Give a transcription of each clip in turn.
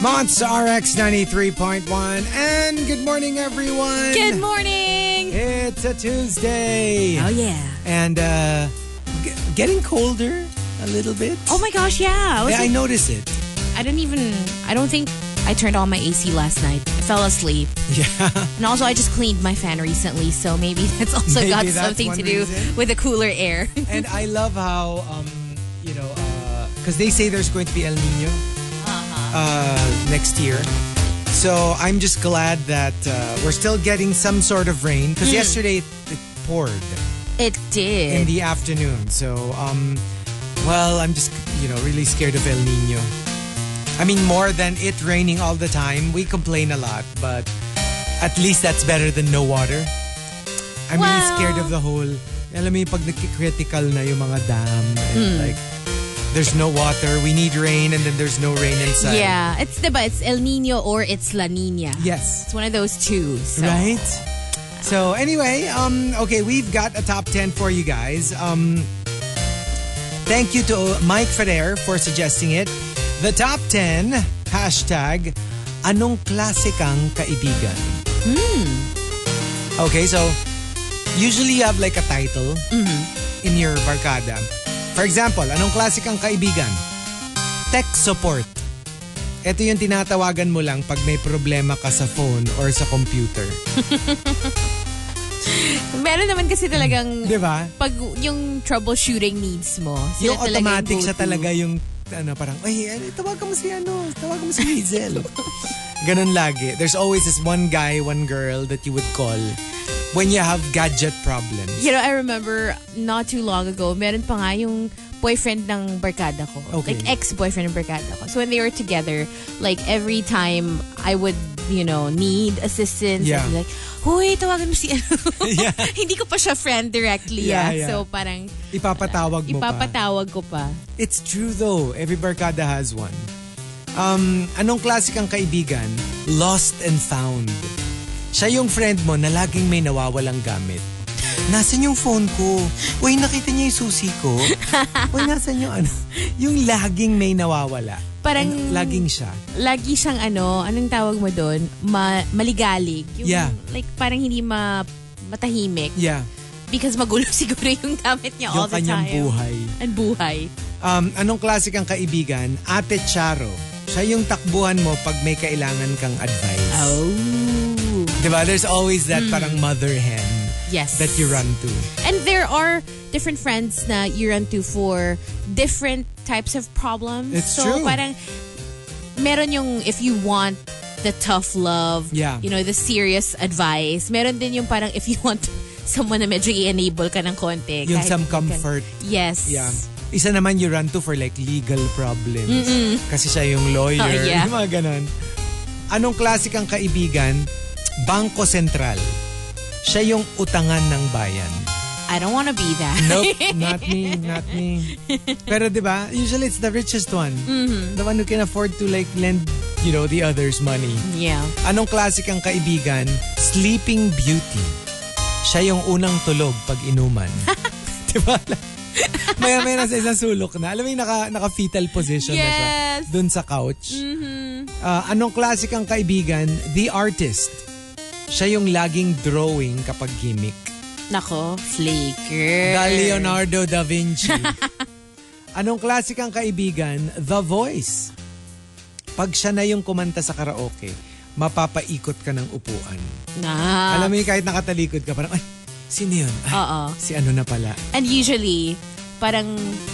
Monts RX 93.1. And good morning, everyone. Good morning! It's a Tuesday. Oh, yeah. And uh, g- getting colder a little bit. Oh, my gosh, yeah. I, was Yeah, I like- notice it. I didn't even, I don't think I turned on my AC last night. I fell asleep. Yeah. And also, I just cleaned my fan recently, so maybe that's also Maybe got that's something one to do reason. with the cooler air. and I love how, um, you know, because they say there's going to be El Nino Uh-huh. uh, next year. So I'm just glad that uh, we're still getting some sort of rain. Because Hmm. yesterday it it poured. it in did. the afternoon. So, um, well, I'm just, you know, really scared of El Nino. I mean, more than it raining all the time. We complain a lot, but at least that's better than no water. I'm really Well- scared of the whole, alam mo yung pag critical na yung mga dam and Hmm. like, there's no water, we need rain, and then there's no rain inside. yeah, it's the but it's El Nino or it's La Nina. Yes. It's one of those two. So. Right? So anyway, um, okay, we've got a top 10 for you guys. Um, thank you to uh, Mike Ferrer for suggesting it. The top 10, hashtag, anong klase kang kaibigan? Okay, so usually you have like a title in your barkada. For example, anong klase kang kaibigan? Tech support. Ito yung tinatawagan mo lang pag may problema ka sa phone or sa computer. Meron naman kasi talagang Di ba? pag yung troubleshooting needs mo. sila yung talaga automatic siya go-to. talaga yung ano parang ay ano, tawagan mo si ano tawagan mo si Hazel ganun lagi there's always this one guy one girl that you would call when you have gadget problems You know, I remember not too long ago, meron pa nga yung boyfriend ng barkada ko. Okay. Like, ex-boyfriend ng barkada ko. So, when they were together, like, every time I would, you know, need assistance, Yeah. I'd be like, Huy, tawagan mo si ano. Yeah. Hindi ko pa siya friend directly. Yeah, Yeah, yeah. So, parang, ipapatawag mo pa ipapatawag ko pa. it's true though every barkada has one um anong klase kang kaibigan lost and found siya yung friend mo na laging may nawawalang gamit Nasaan yung phone ko? Uy, nakita niya yung susi ko. Uy, nasaan yung ano? Yung laging may nawawala. Parang- Ano, laging siya. Lagi siyang ano, anong tawag mo doon? Ma- maligalig. Yung, Yeah. Like, parang hindi ma matahimik. Yeah. Because magulo siguro yung gamit niya Yung all the kanyang time. buhay. And buhay. Um, anong klase kang kaibigan? Ate Charo. Siya yung takbuhan mo pag may kailangan kang advice. Oh. Diba? There's always that Hmm. parang mother hen Yes. that you run to. And there are different friends na you run to for different types of problems. It's so, true. parang meron yung if you want the tough love, Yeah. you know, the serious advice. Meron din yung parang if you want someone na medyo i-enable ka ng konti. Yung kahit some hindi ka- comfort. yes. Yeah. Isa naman you run to for like legal problems. Kasi siya yung lawyer. Oh, yeah. Yung mga ganun. Anong klase kang kaibigan? Bangko Sentral. Siya yung utangan ng bayan. I don't want to be that. Nope, not me, not me. Pero 'di ba? Usually it's the richest one. Mm-hmm. The one who can afford to like lend, you know, the others money. Yeah. Anong klase kang kaibigan? Sleeping Beauty. Siya yung unang tulog pag inuman. 'Di ba? Maya-maya na sa isang sulok na. Alam mo yung naka, naka-fetal position na siya. Yes. Doon sa couch. Ah, anong klase kang kaibigan? The artist. Siya yung laging drawing kapag gimmick. Nako, flaker. The Leonardo da Vinci. Anong klase kang kaibigan? The Voice. Pag siya na yung kumanta sa karaoke, mapapaikot ka ng upuan. Nah. Uh-uh. Alam mo yun, kahit nakatalikod ka, parang, ay, sino yun? Ay, Oo. Si ano na pala. And usually, parang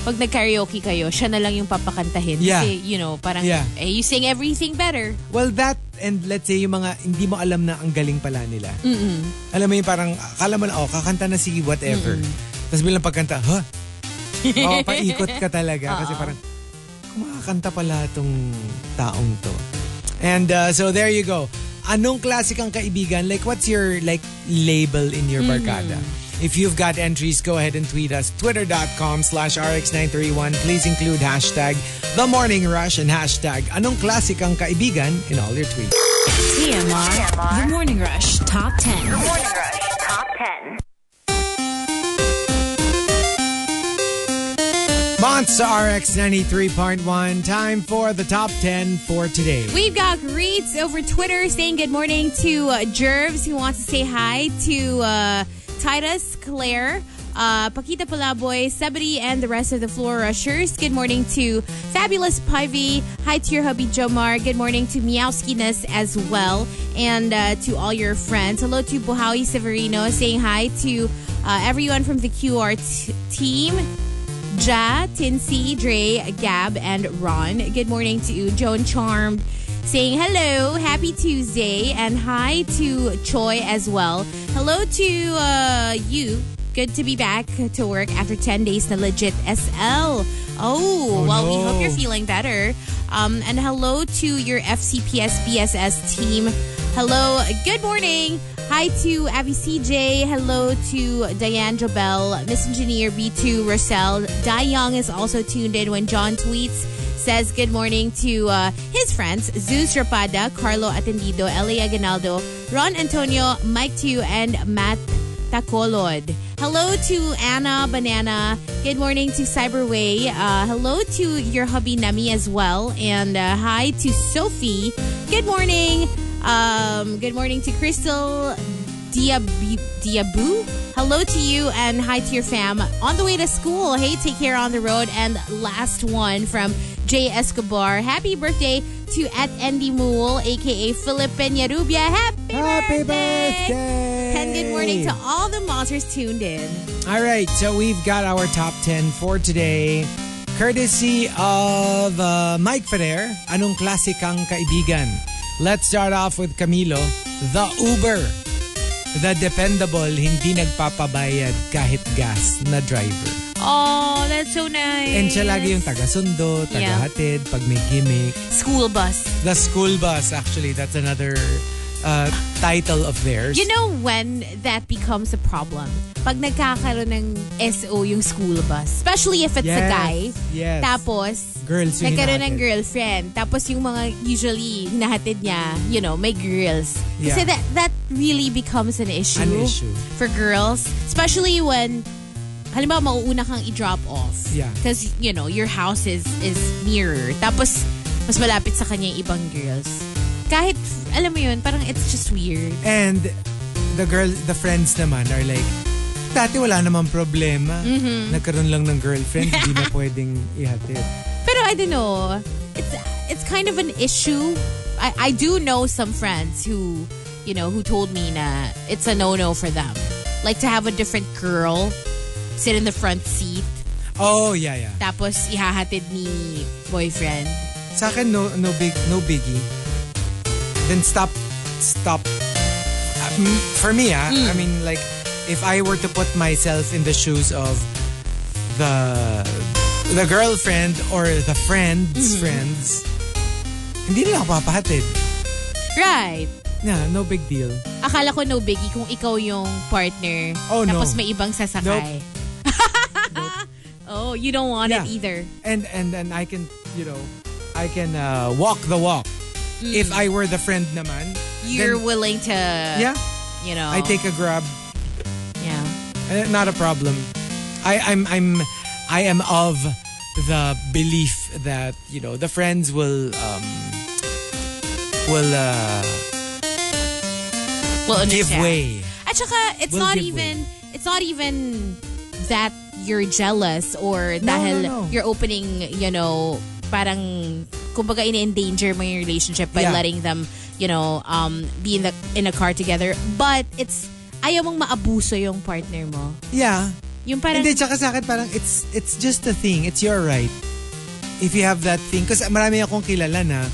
pag nag-karaoke kayo, siya na lang yung papakantahin. Yeah. Kasi, you know, parang, Yeah. eh, you sing everything better. Well, that, and let's say, yung mga hindi mo alam na ang galing pala nila. Alam mo yun, parang, akala mo na, oh, kakanta na si whatever. Tapos bilang pagkanta, huh? Oo, paikot ka talaga. kasi parang, kumakanta pala tong taong to. And uh, so there you go. Anong klase kang kaibigan? Like, what's your like label in your barkada? If you've got entries, go ahead and tweet us. Twitter.com slash RX931. Please include hashtag The Morning Rush and hashtag Anong klase kang kaibigan in all your tweets. TMR, The Morning Rush Top 10. Morning Rush Top 10. Monster RX 93.1, time for the top 10 for today. We've got greets over Twitter saying good morning to uh, Jervs who wants to say hi to uh, Titus, Claire, uh, Paquita Palaboy, Sabri, and the rest of the floor rushers. Good morning to Fabulous Pivy. Hi to your hubby Jomar. Good morning to Meowskiness as well, and uh, to all your friends. Hello to Buhawi Severino saying hi to uh, everyone from the QR t- team. Ja, Tinsy, Dre, Gab, and Ron. Good morning to you, Joan Charmed. Saying hello, happy Tuesday, and hi to Choi as well. Hello to uh, you. Good to be back to work after 10 days na legit SL. Oh, well, we no. hope you're feeling better. Um, and hello to your FCPS BSS team. Hello, good morning. Hi to Abby CJ. Hello to Diane Jobel, Miss Engineer B2 Rochelle. Dai Young is also tuned in when John tweets. Says good morning to uh, his friends Zeus Rapada, Carlo Atendido, Elia Aguinaldo, Ron Antonio, Mike Tu, and Matt Tacolod. Hello to Anna Banana. Good morning to Cyberway. Uh, hello to your hubby Nami as well. And uh, hi to Sophie. Good morning. Um, good morning to Crystal Diab- Diabu. Hello to you and hi to your fam. On the way to school. Hey, take care on the road. And last one from Jay Escobar. Happy birthday to at Andy Mool, aka Philip Peñarubia. Happy, Happy birthday! And good morning to all the monsters tuned in. All right, so we've got our top 10 for today. Courtesy of uh, Mike Ferrer, Anong Klase Kang Kaibigan? Let's start off with Camilo, the Uber. The dependable, hindi nagpapabayad kahit gas na driver. Oh, that's so nice. And siya lagi yung taga-sundo, Yeah. taga-hatid, pag may gimmick. school bus. The school bus, actually, that's another uh, title of theirs. You know when that becomes a problem? Pag nagkakaroon ng SO yung school bus. Especially if it's a Yes, guy. yes. Tapos, Girls yung nagkaroon ng hinahatid. girlfriend. Tapos yung mga usually hinahatid niya, you know, may girls. Kasi Yeah. that, that really becomes an issue. An issue. For girls. Especially when halimbawa mauuna kang i-drop off. Yeah. Because, you know, your house is, is nearer. Tapos, mas malapit sa kanya yung ibang girls. Kahit, alam mo yun, parang it's just weird. And the girl, the friends naman are like, dati wala namang problema. Nagkaroon lang ng girlfriend, hindi na pwedeng ihatid. Pero I don't know. It's, it's kind of an issue. I, I do know some friends who, you know, who told me na it's a no-no for them. Like to have a different girl sit in the front seat Oh, yeah, yeah. tapos ihahatid ni boyfriend. Sa akin, no, no, big, no biggie. Then stop, stop. Uh, m- for me, ah, I mean, like, if I were to put myself in the shoes of the the girlfriend or the friend's friends, hindi nila ako papahatid. Right. Yeah, no big deal. Akala ko no biggie kung ikaw yung partner. Oh, no. tapos may ibang sasakay. oh, you don't want it Yeah. either. and and and I can you know I can uh, walk the walk. If I were the friend naman, You're then, willing to, yeah, you know. I take a grab, Yeah. Uh, not a problem. I I'm I'm I am of the belief that you know the friends will um will uh, Well, give understand. way. At saka, it's Will not give even, it's not even that you're jealous or No, dahil no, no. you're opening, you know, parang, kumbaga, in-endanger mo yung relationship by Yeah. letting them, you know, um, be in the in a car together. But it's, ayaw mong maabuso yung partner mo. Yeah. Yung parang, Hindi, tsaka sa akin parang it's, it's just a thing. It's your right. If you have that thing. Kasi marami akong kilala na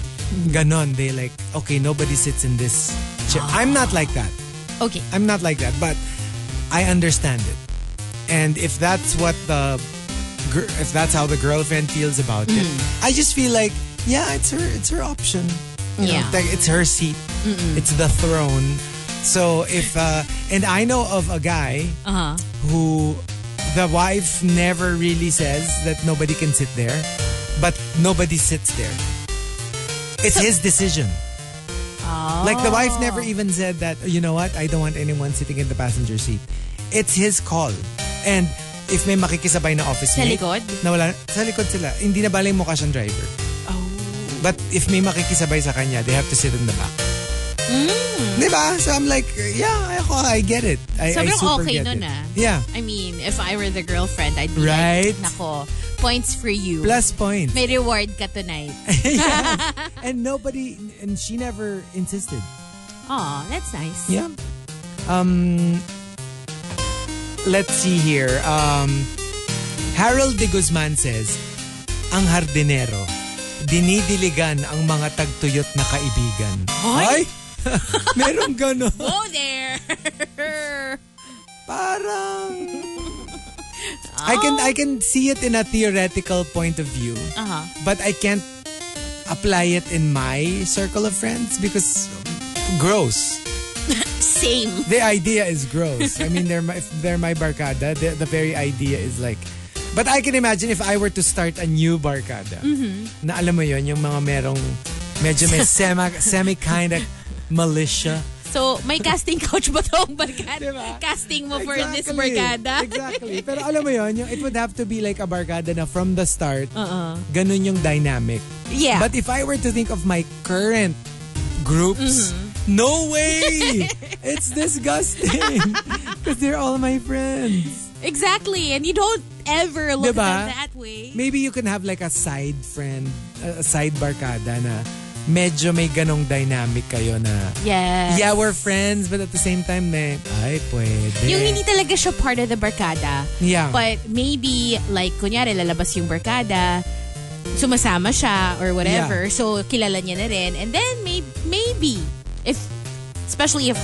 ganon. They like, okay, nobody sits in this chair. I'm not like that. okay. I'm not like that, but I understand it. And if that's what the gir- if that's how the girlfriend feels about it, Mm. I just feel like yeah, it's her it's her option. You know, Yeah. like, it's her seat. It's the throne. So if uh and I know of a guy Uh-huh. who the wife never really says that nobody can sit there, but nobody sits there. It's his decision. Oh. Like the wife never even said that, you know what, I don't want anyone sitting in the passenger seat. It's his call. And if may makikisabay na office Sa mate, likod? na wala, sa likod sila, hindi na bala yung mukha siyang driver. Oh. But if may makikisabay sa kanya, they have to sit in the back. Di ba? So I'm like, yeah, ako, I get it. I, I Hmm. Sobrang super okay get nun it. ah. Yeah. I mean, if I were the girlfriend, I'd be Right? like, nako, points for you. Plus point. May reward ka tonight. and nobody, and she never insisted. Aw, that's nice. Yeah. Um, let's see here. Um, Harold de Guzman says, Ang hardinero, dinidiligan ang mga tagtuyot na kaibigan. Hoy! Merong gano'n. Go there! Parang... I can I can see it in a theoretical point of view, Uh-huh. but I can't apply it in my circle of friends because gross. Same. the idea is gross. I mean, they're my, if they're my barkada. The, the very idea is like, but I can imagine if I were to start a new barkada, Mm-hmm. na alam mo yon yung mga merong medyo may semi semi kind of militia. So, may casting couch ba tong barkada? Diba? Casting mo Oh, for this Exactly. barkada? exactly. Pero alam mo yon yung it would have to be like a barkada na from the start, ganun yung dynamic. Uh-uh. Yeah. But if I were to think of my current groups, Mm-hmm. no way! it's disgusting! Because they're all my friends. Exactly. And you don't ever look Diba? at them that way. maybe you can have like a side friend, a a side barkada na medyo may ganong dynamic kayo na Yes. yeah, we're friends but at the same time may ay pwede. Yung hindi talaga siya part of the barkada. Yeah. But maybe, like, kunyari, lalabas yung barkada, sumasama siya or whatever. So, kilala niya na rin. And then, may, maybe, if, especially if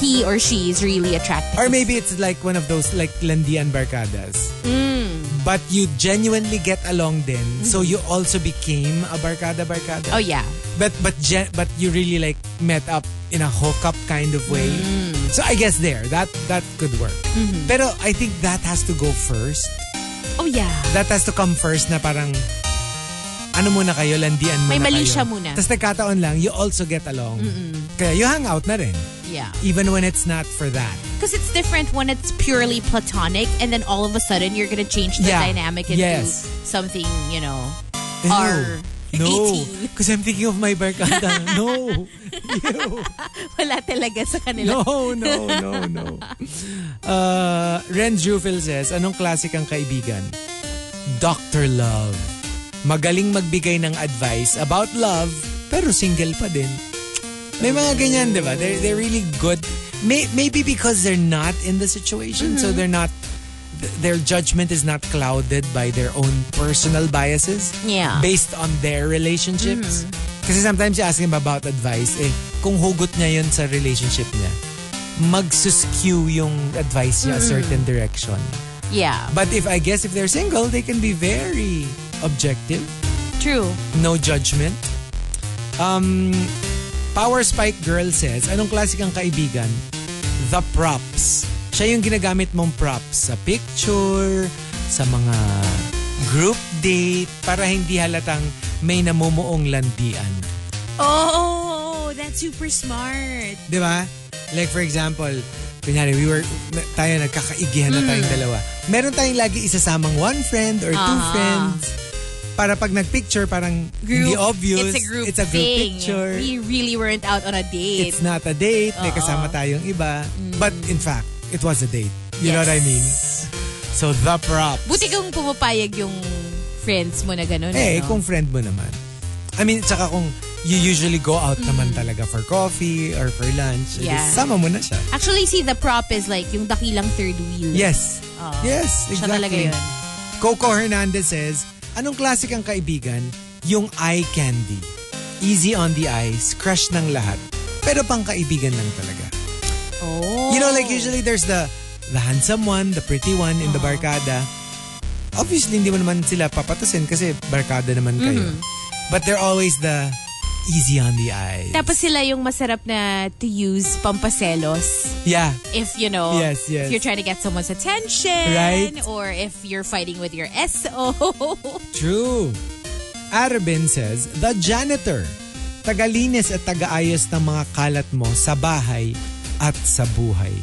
he or she is really attractive. Or maybe it's like one of those like landian barkadas. Mm. But you genuinely get along then. So you also became a barkada barkada. Mm-hmm. Oh, yeah. But but gen- but you really like met up in a hookup kind of way. Mm. So I guess there that that could work. Mm-hmm. Pero I think that has to go first. Oh, yeah. that has to come first na parang ano muna kayo, landian muna May mali kayo. siya muna. Tapos nagkataon lang, you also get along. Kaya you hang out na rin. Yeah. Even when it's not for that. Because it's different when it's purely platonic and then all of a sudden you're going to change the Yeah. dynamic into Yes. something, you know, Ew. R. No. 18. Because I'm thinking of my barkada. no. Ew. Wala talaga sa kanila. No, no, no, no. Uh, Ren Jufil says, anong classic ang kaibigan? Dr. Love. Magaling magbigay ng advice about love, pero single pa din. May mga ganyan, di ba? They're, they're really good. May, maybe because they're not in the situation, so they're not, th- their judgment is not clouded by their own personal biases Yeah. based on their relationships. Kasi sometimes you ask him about advice, eh, kung hugot niya yun sa relationship niya, magsuskew yung advice niya a certain direction. Yeah. But if I guess if they're single, they can be very objective, True. no judgment. Um, Power Spike Girl says, anong klase kang kaibigan? The props. Siya yung ginagamit mong props sa picture, sa mga group date, para hindi halatang may namumuong landian. Oh, that's super smart. Di ba? Like for example, kunyari, we were, tayo nagkakaigihan Hmm. na tayong dalawa. Meron tayong lagi isasamang one friend or two Ah. friends para pag nagpicture parang hindi obvious. It's a group It's a group thing. picture. We really weren't out on a date. It's not a date. May Oo. kasama tayong iba. But in fact, it was a date. You know what I mean? Mm. Yes. So the props. Buti kung pumapayag yung friends mo na ganun. Eh, ano? kung friend mo naman. I mean, tsaka kung you usually go out Mm. naman talaga for coffee or for lunch, eh, Yeah. sama mo na siya. Actually, see, the prop is like yung dakilang third wheel. Yes. Oo. yes, Oh. Siya talaga exactly. yun. Coco Hernandez says, Anong klasik ang kaibigan? Yung eye candy. Easy on the eyes, crush ng lahat. Pero pang kaibigan lang talaga. Oh. You know, like usually there's the the handsome one, the pretty one in the barkada. Obviously, hindi mo naman sila papatusin kasi barkada naman kayo. But they're always the easy on the eyes. Tapos sila yung masarap na to use pampaselos yeah. if you know Yes, yes. if you're trying to get someone's attention Right. or if you're fighting with your SO. True. Arabin says, the janitor. Tagalinis at tagaayos ng mga kalat mo sa bahay at sa buhay.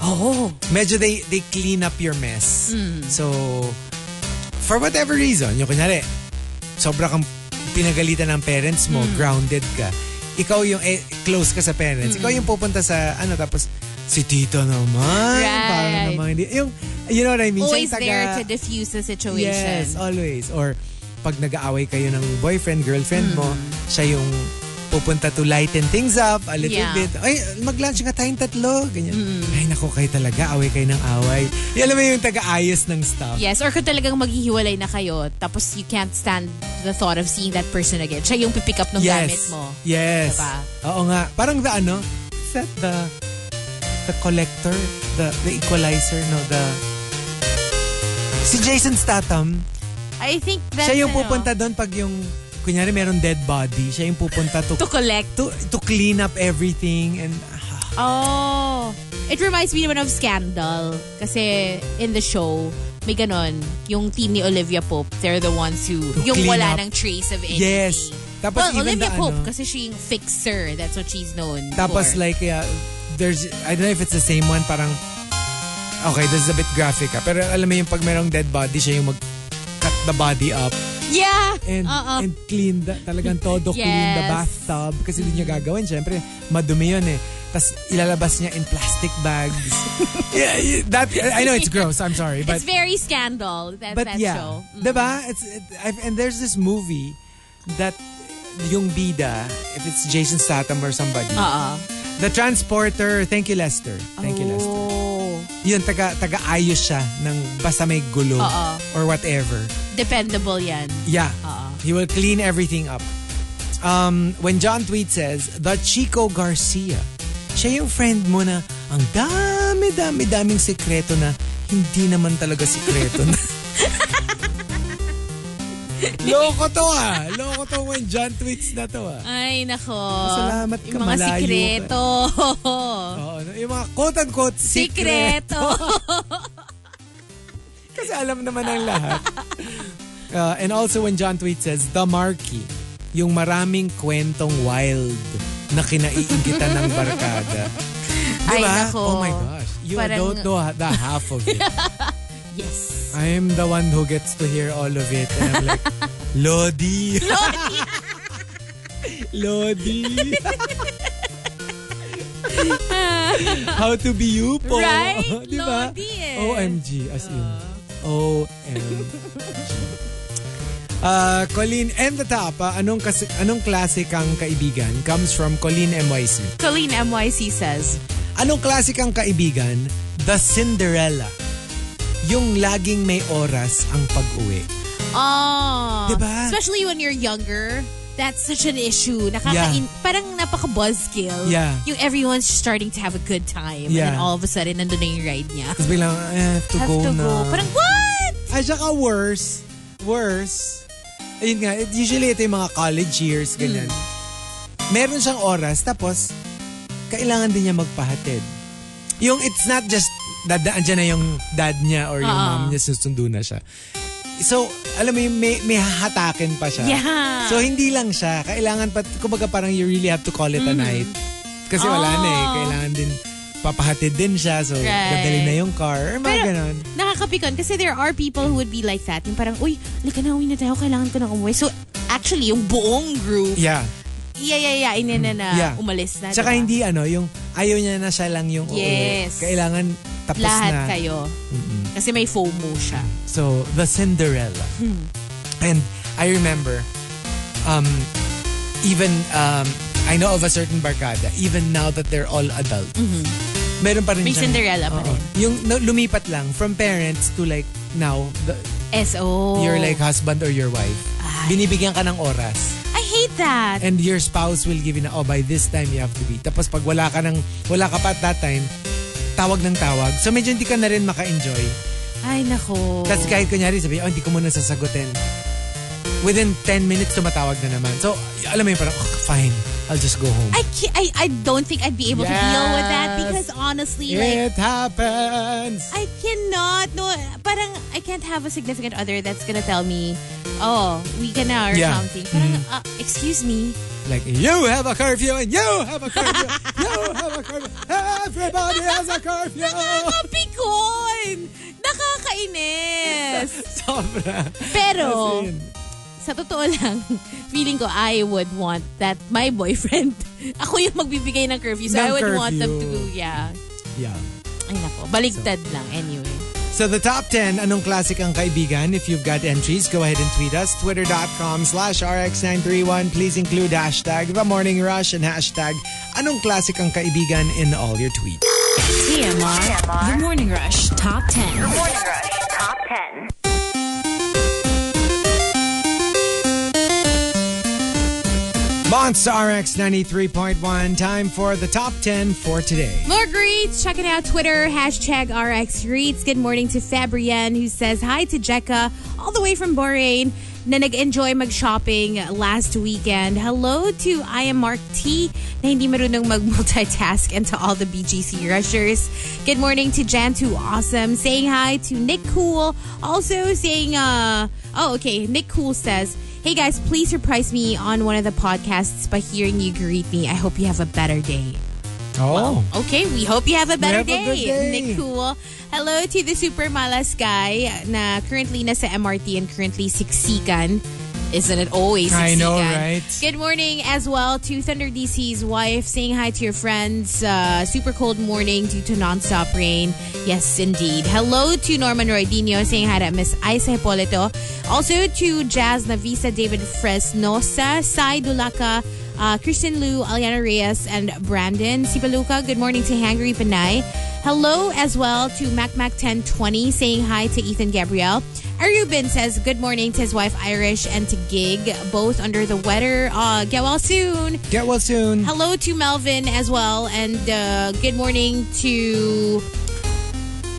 Oh. medyo they they clean up your mess. Mm. So, for whatever reason, yung kunyari, sobra kang pinagalitan ng parents mo, Mm. grounded ka. Ikaw yung eh, close ka sa parents. Mm. Ikaw yung pupunta sa, ano, tapos, si tito naman. Right. Parang naman, hindi. Yung, you know what I mean? Siya Always yung taga- there to diffuse the situation. Yes, oh. always. Or pag nag-aaway kayo ng boyfriend, girlfriend mo, Mm. siya yung pupunta to lighten things up a little Yeah. Mm. bit. Ay, mag-lunch nga tayong tatlo. Ganyan. Ay, naku kayo talaga. Away kayo ng away. Yung, alam mo yung taga-ayos ng stuff. Yes, or kung talagang maghihiwalay na kayo, tapos you can't stand the thought of seeing that person again. Siya yung pipick up ng gamit mo. Yes. Diba? Oo nga. Parang the ano, is that the the collector, the the equalizer, no, the Si Jason Statham, I think that's, siya yung ano, pupunta doon pag yung kunyari meron dead body, siya yung pupunta to to collect. to to clean up everything and ah, Oh. It reminds me naman of Scandal. Kasi in the show, may ganon. Yung team ni Olivia Pope, they're the ones who, To yung clean wala up. ng trace of anything. yes. Tapos well, even Olivia the Pope, ano, kasi she yung fixer. That's what she's known tapos for. like yeah, there's I don't know if it's the same one parang okay this is a bit graphic ah, pero alam mo yung pag merong dead body siya yung mag cut the body up yeah. and Uh-uh. and clean the, talagang todo clean the Yes. Mm-hmm. bathtub kasi hindi niya gagawin syempre madumi yun eh tapos ilalabas niya in plastic bags yeah, yeah, that I know it's gross I'm sorry but it's very Scandal. That, But that yeah, show. Mm. diba? It's it, I've, and there's this movie that yung bida, if it's Jason Statham or somebody, Uh-uh. the transporter. Thank you, Lester. Thank you, Lester. Oh. Yun taga taga ayos siya ng basta may gulo Oo. or whatever. Dependable yan. Yeah. He will clean everything up. Um, when John Tweet says, the Chico Garcia, siya yung friend mo na ang dami, dami, daming sekreto na hindi naman talaga sekreto na. Loko to ah. Loko to when John Tweets na to ah. Ay, nako. Salamat ka, Oh, Yung mga malayo ka. sikreto. Oo, no? yung mga quote-unquote secret. sikreto. Kasi alam naman ang lahat. Uh, and also when John Tweet says, The Marquee, yung maraming kwentong wild na kinaiingitan ng barkada. Diba? Ay, nako. Oh my gosh. You Parang- don't know ha- the half of it. yes. I am the one who gets to hear all of it. And I'm like, Lodi. Lodi. Lodi. How to be you po. Right? Diba? Lodi eh. Oh. OMG. As in. OMG. Uh, Colleen M. The Top, ah, anong, kasi, anong klase kang kaibigan comes from Colleen MYC. Colleen MYC says, Anong klase kang kaibigan? The Cinderella. Yung laging may oras ang pag-uwi. Oh. Diba? Especially when you're younger. That's such an issue. Nakakain, parang napaka-buzzkill. Yeah. Yung everyone's starting to have a good time. And then Yeah. all of a sudden, nandun na yung ride niya. Tapos biglang, I have to Have go to na. go. Parang, what? Ay, saka worse. Worse. Ayun nga, it- usually ito yung mga college years, Hmm. ganyan. Meron siyang oras, tapos kailangan din niya magpahatid. Yung it's not just dadaan dyan na yung dad niya or yung Oo. mom niya, susundo na siya. So, alam mo yung may, may hahatakin pa siya. Yeah. So, hindi lang siya. Kailangan pa, kumbaga parang you really have to call it a Hmm. night. Kasi wala Oo. na eh. Kailangan din, papahatid din siya. So, Oh. Right. dadali na yung car. Or mga Pero- ganon. Nakakapikon. Kasi there are people who would be like that. Yung parang, uy, halika na, uwi na tayo. Kailangan ko na umuwi. So, actually, yung buong group, Yeah. iya, iya, iya, ina na na, Yeah. umalis na. Tsaka diba? hindi ano, yung ayaw niya na siya lang yung Yes. uuwi. Kailangan tapos Lahat na. kayo. Kasi may FOMO siya. So, the Cinderella. Hmm. And I remember, um, even, um, I know of a certain barkada, even now that they're all adult, meron pa rin Mm-hmm. May siyang- Cinderella pa Oo. rin. Yung no, lumipat lang from parents to like now, the, SO. your like husband or your wife. Binibigyan ka ng oras. I hate that. and your spouse will give you na, oh, by this time you have to be. Tapos pag wala ka, ng, wala ka pa at that time, tawag ng tawag. So medyo hindi ka na rin maka-enjoy. Ay, nako. Tapos kahit kunyari sabi, oh, hindi ko muna sasagutin. Within 10 minutes, tumatawag na naman. So, alam mo yun, parang, oh, fine, I'll just go home. I, can't, I I don't think I'd be able to deal with that Yes. because honestly, like It happens! I cannot. No, parang I can't have a significant other that's gonna tell me, oh, we can now or Yeah. Mm. something. Parang, ah, excuse me. Like, you have a curfew and you have a curfew. you have a curfew. Everybody has a curfew. Nakakapikon! Nakakainis! Sobra. Pero, As in, sa totoo lang, feeling ko I would want that my boyfriend, ako yung magbibigay ng curfew. So Ng I would want them to, curfew. yeah. yeah. Ay nako, baligtad lang anyway. So the top 10, anong classic ang kaibigan? If you've got entries, go ahead and tweet us. Twitter.com slash RX931. Please include hashtag The Morning Rush and hashtag anong classic ang kaibigan in all your tweets. TMR, The Morning Rush Top 10. Morning Rush Top 10. Monster RX 93.1. Time for the top 10 for today. More greets. Check it out. Twitter, hashtag RX Greets. Good morning to Fabrienne who says hi to Jekka all the way from Bahrain na nag-enjoy mag-shopping last weekend. Hello to I am Mark T na hindi marunong mag-multitask and to all the BGC rushers. Good morning to Jan to Awesome saying hi to Nick Cool. Also saying, uh, oh, okay, Nick Cool says, Hey guys, please surprise me on one of the podcasts by hearing you greet me. I hope you have a better day. Oh. Okay, we hope you have a better have a good day. day. Nick Cool. Hello to the super malas guy na currently nasa MRT and currently siksikan. Isn't it always I siksikan? know, right? Good morning as well to Thunder DC's wife. Saying hi to your friends. Uh, super cold morning due to nonstop rain. Yes, indeed. Hello to Norman Roydino. Saying hi to Miss Isa Hipolito. Also to Jazz Navisa, David Fresnosa, Sai Dulaca, uh, Christian Liu, Aliana Reyes, and Brandon Sipaluca. Good morning to Hangry Panay. Hello as well to MacMac1020 saying hi to Ethan Gabriel. Arubin says good morning to his wife Irish and to Gig, both under the weather. Uh, get well soon. Get well soon. Hello to Melvin as well, and uh, good morning to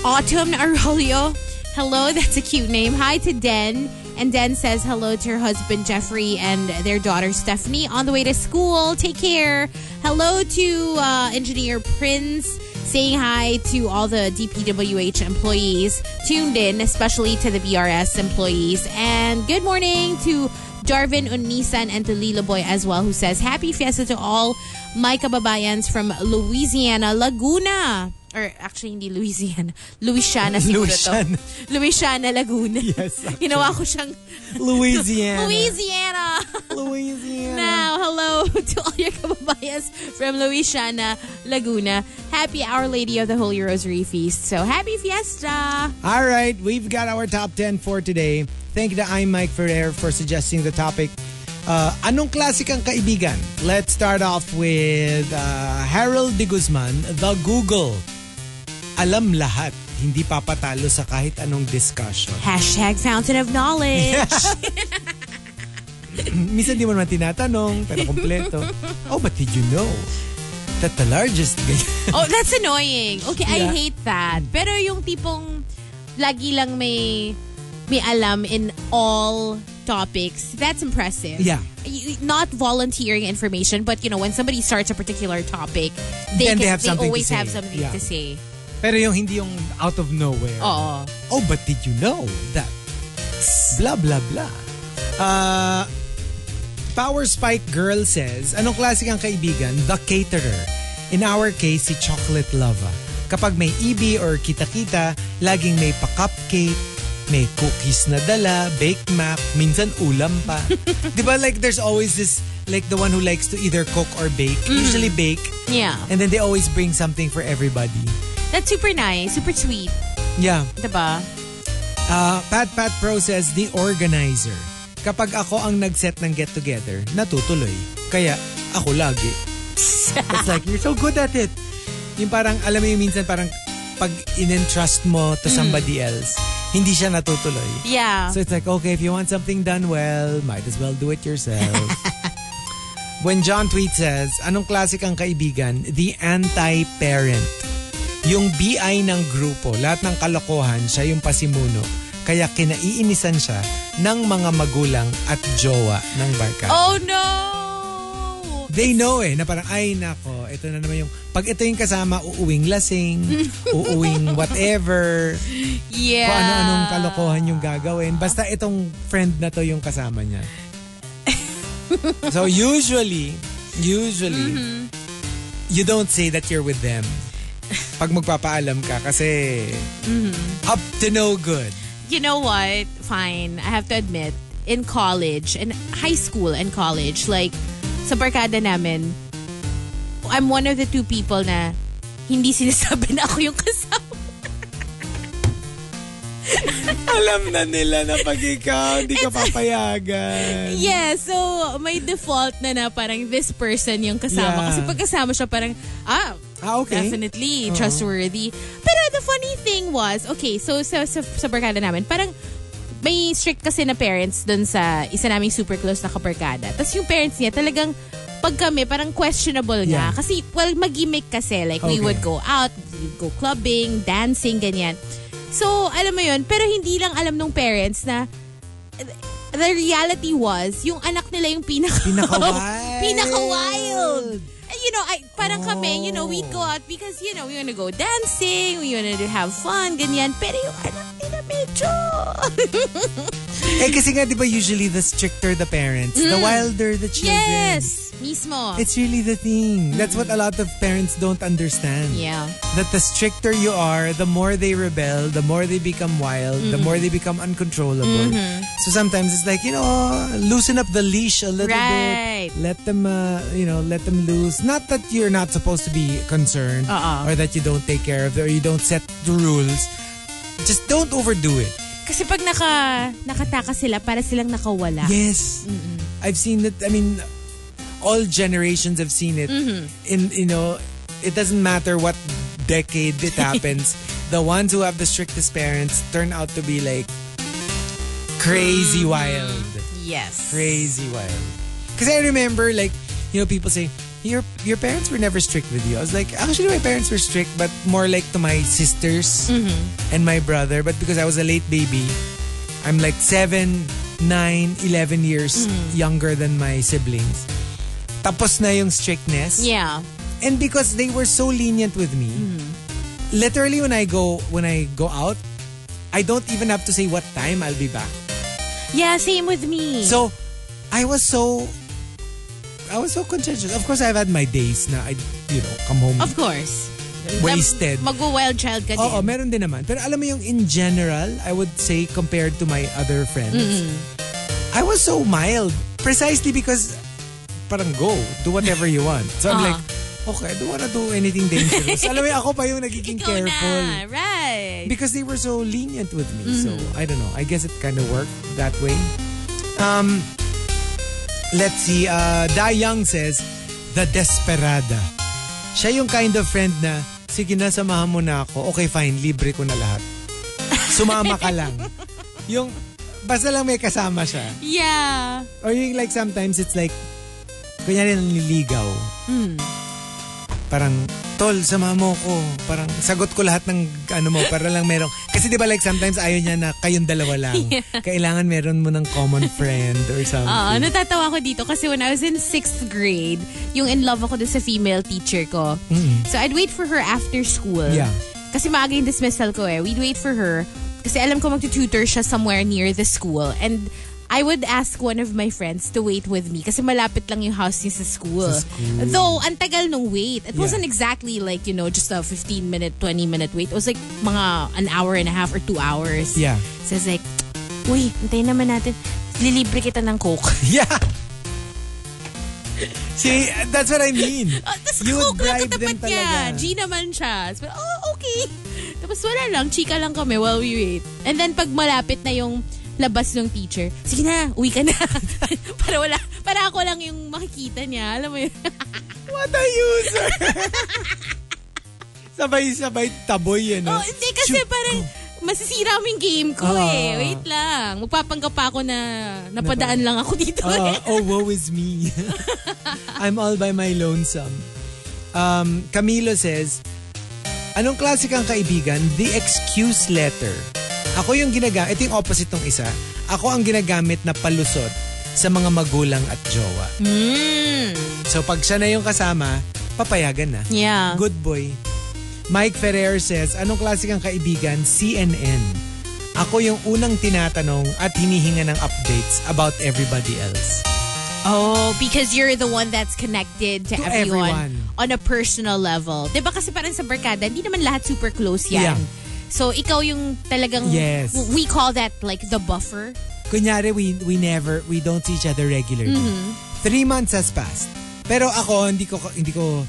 Autumn Arroyo. Hello, that's a cute name. Hi to Den. And Den says hello to her husband Jeffrey and their daughter Stephanie on the way to school. Take care. Hello to uh, engineer Prince. Saying hi to all the DPWH employees tuned in, especially to the BRS employees. And good morning to Jarvin Unisan and to Lila Boy as well, who says happy fiesta to all my kababayans from Louisiana, Laguna. Or actually, hindi Louisiana. Louisiana siguro Louisiana. to. Louisiana, Laguna. Yes, actually. Ginawa ko siyang Louisiana. Louisiana. Louisiana. Now, hello to all your kababayas from Louisiana, Laguna. Happy Our Lady of the Holy Rosary Feast. So, happy fiesta. All right, we've got our top 10 for today. Thank you to I'm Mike Ferrer for suggesting the topic. Uh, anong classic ang kaibigan? Let's start off with uh, Harold de Guzman, The Google. Alam lahat, hindi papatalo sa kahit anong discussion. Hashtag Fountain of Knowledge. Minsan di mo naman tinatanong, pero kompleto. Oh, but did you know that the largest... Oh, that's annoying. Okay, I Yeah. hate that. Pero yung tipong lagi lang may may alam in all topics, that's impressive. Yeah. Y- Not volunteering information, but you know, when somebody starts a particular topic, they, Then can- they have something to always say. have something Yeah. to say. pero yung hindi yung out of nowhere. Oo. Oh, but did you know that blah blah blah? Uh, Power Spike Girl says, anong klase ang kaibigan? The caterer. In our case, si Chocolate Lava. Kapag may EB or kita-kita, laging may pa-cupcake, may cookies na dala, bake map, minsan ulam pa. Di ba like there's always this, like the one who likes to either cook or bake. Usually bake. Yeah. And then they always bring something for everybody. That's super nice, super sweet, Yeah. 'di ba? Uh, Pat Pat Pro says, the organizer. Kapag ako ang nag-set ng get-together, natutuloy. Kaya ako lagi. It's like, you're so good at it. Yung parang, alam mo yung minsan parang pag in-entrust mo to somebody else, hindi siya natutuloy. Yeah. So it's like, okay, if you want something done well, might as well do it yourself. When John Tweet says, anong classic ang kaibigan? The anti-parent. Yung BI ng grupo, lahat ng kalokohan, siya yung pasimuno. Kaya kinaiinisan siya ng mga magulang at jowa ng barkada. oh no. They know eh, na parang, ay nako, ito na naman yung, pag ito yung kasama, uuwing lasing, uuwing whatever, Yeah. kung ano-anong kalokohan yung gagawin. Basta itong friend na to yung kasama niya. so usually, usually, Mm-hmm. you don't say that you're with them pag magpapaalam ka kasi Mm-hmm. up to no good. you know what? Fine. I have to admit, in college, in high school and college, like, sa barkada namin, I'm one of the two people na hindi sinasabi na ako yung kasama. Alam na nila na pag ikaw, hindi ka papayagan. Yeah, so may default na na parang this person yung kasama. Yeah. Kasi pag kasama siya parang, ah, Ah, okay. Oo. definitely trustworthy. Pero the funny thing was, okay, so sa, sa, sa barkada namin, parang may strict kasi na parents dun sa isa naming super close na kabarkada. Tapos yung parents niya talagang pag kami, parang questionable Yeah. nga. Kasi, well, mag-gimmick kasi. Like, we Okay. would go out, we'd go clubbing, dancing, ganyan. So, alam mo yun, pero hindi lang alam nung parents na the reality was, yung anak nila yung pinaka- Pinaka-wild. Pinaka-wild. And, You know, I, parang kami, you know, we'd Oh. go out because, you know, we wanna go dancing, we wanna do- have fun, ganyan. Pero yung anak nila medyo... Eh kasi nga, di ba usually the stricter the parents, the wilder the children. Mm. yes! Mismo. It's really the thing. That's what a lot of parents don't understand. yeah. That the stricter you are, the more they rebel, the more they become wild, the more they become uncontrollable. Mm-hmm. So sometimes it's like, you know, loosen up the leash a little Right. bit. Let them, uh, you know, let them loose. Not that you're not supposed to be concerned Uh-uh. or that you don't take care of it or you don't set the rules. Just don't overdo it. Kasi pag naka, nakataka sila, para silang nakawala. Yes. I've seen it. I mean, all generations have seen it. In you know, it doesn't matter what decade it happens. the ones who have the strictest parents turn out to be like crazy wild, Yes. crazy wild. Because I remember, like, you know, people say. Your your parents were never strict with you. I was like, actually, my parents were strict, but more like to my sisters and my brother. But because I was a late baby, I'm like 7, 9, 11 years younger than my siblings. Tapos na yung strictness. Yeah. And because they were so lenient with me, literally when I go when I go out, I don't even have to say what time I'll be back. Yeah, same with me. So I was so I was so conscientious. Of course, I've had my days na I you know come home of course. wasted. Mag-wild child ka din. Oo, meron din naman. Pero alam mo yung in general, I would say compared to my other friends, Mm-hmm. I was so mild. Precisely because parang go, do whatever you want. So I'm Ah. like, okay, I don't wanna do anything dangerous. alam mo yung ako pa yung nagiging Ikaw careful. na. Right. Because they were so lenient with me. So, I don't know. I guess it kind of worked that way. Um, let's see. Uh, da Young says, The Desperada. Siya yung kind of friend na, sige na, samahan mo na ako. Okay, fine. Libre ko na lahat. Sumama ka lang. Yung, basta lang may kasama siya. yeah. Or yung like sometimes it's like, kunyari nililigaw. Parang, tol, sama mo ko. Parang, sagot ko lahat ng ano mo para lang merong... Kasi di ba like sometimes ayaw niya na kayong dalawa lang. Kailangan meron mo ng common friend or something. Oo, Ah, natatawa ko dito kasi when I was in sixth grade, yung in love ako dun sa female teacher ko. So I'd wait for her after school. Mm-hmm. Yeah. Kasi maaga yung dismissal ko eh. We'd wait for her kasi alam ko magtututor siya somewhere near the school. And I would ask one of my friends to wait with me kasi malapit lang yung house niya sa school. Sa school. Though, ang tagal nung wait. It Yeah. wasn't exactly like, you know, just a 15-minute, 20-minute wait. It was like mga an hour and a half or two hours. Yeah. So it's like, uy, hintayin naman natin. Lilibre kita ng coke. Yeah! See, that's what I mean. Ah, Tapos You would coke lang bribe them katapat niya. talaga. G naman siya. Sabi, oh, okay. Tapos wala lang, chika lang kami while we wait. And then pag malapit na yung labas ng teacher, sige na, uwi ka na. para wala, para ako lang yung makikita niya. Alam mo yun? What a user! Sabay-sabay taboy eh, yan. oh, hindi kasi Shoot. parang masisira mo yung game ko Ah. eh. Wait lang. Magpapanggap pa ako na napadaan lang ako dito Uh, eh. oh, woe is me. I'm all by my lonesome. Um, Camilo says, Anong klase kang kaibigan? The excuse letter. Ako yung ginagamit, ito yung opposite ng isa. Ako ang ginagamit na palusot sa mga magulang at jowa. Mm. So pag siya na yung kasama, papayagan na. Yeah. Good boy. Mike Ferrer says, anong klase kang kaibigan? CNN. Ako yung unang tinatanong at hinihinga ng updates about everybody else. Oh, because you're the one that's connected to, To everyone, everyone. on a personal level. 'Di ba kasi parang sa barkada, hindi naman lahat super close yan. Yeah. So ikaw yung talagang Yes. w- we call that like the buffer. Kunyari, we, we never, we don't see each other regularly. Three months has passed. Pero ako, hindi ko, hindi ko,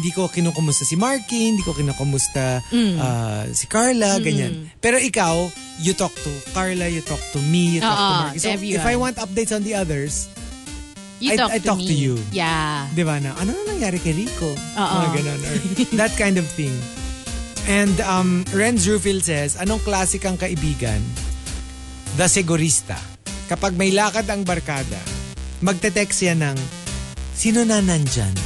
hindi ko kinukumusta si Marky, hindi ko kinukumusta ah, si Carla, ganyan. Pero ikaw, you talk to Carla, you talk to me, you talk Oo, to Marky. So, to everyone. if I want updates on the others, You I- talk I to talk me. to you. Yeah. Di ba na, ano na nangyari kay Rico? Oo. Mga ganun. Or that kind of thing. And um, Renz Rufil says, anong klase kang kaibigan? The Segurista. Kapag may lakad ang barkada, magte-text yan ng, sino na nandyan?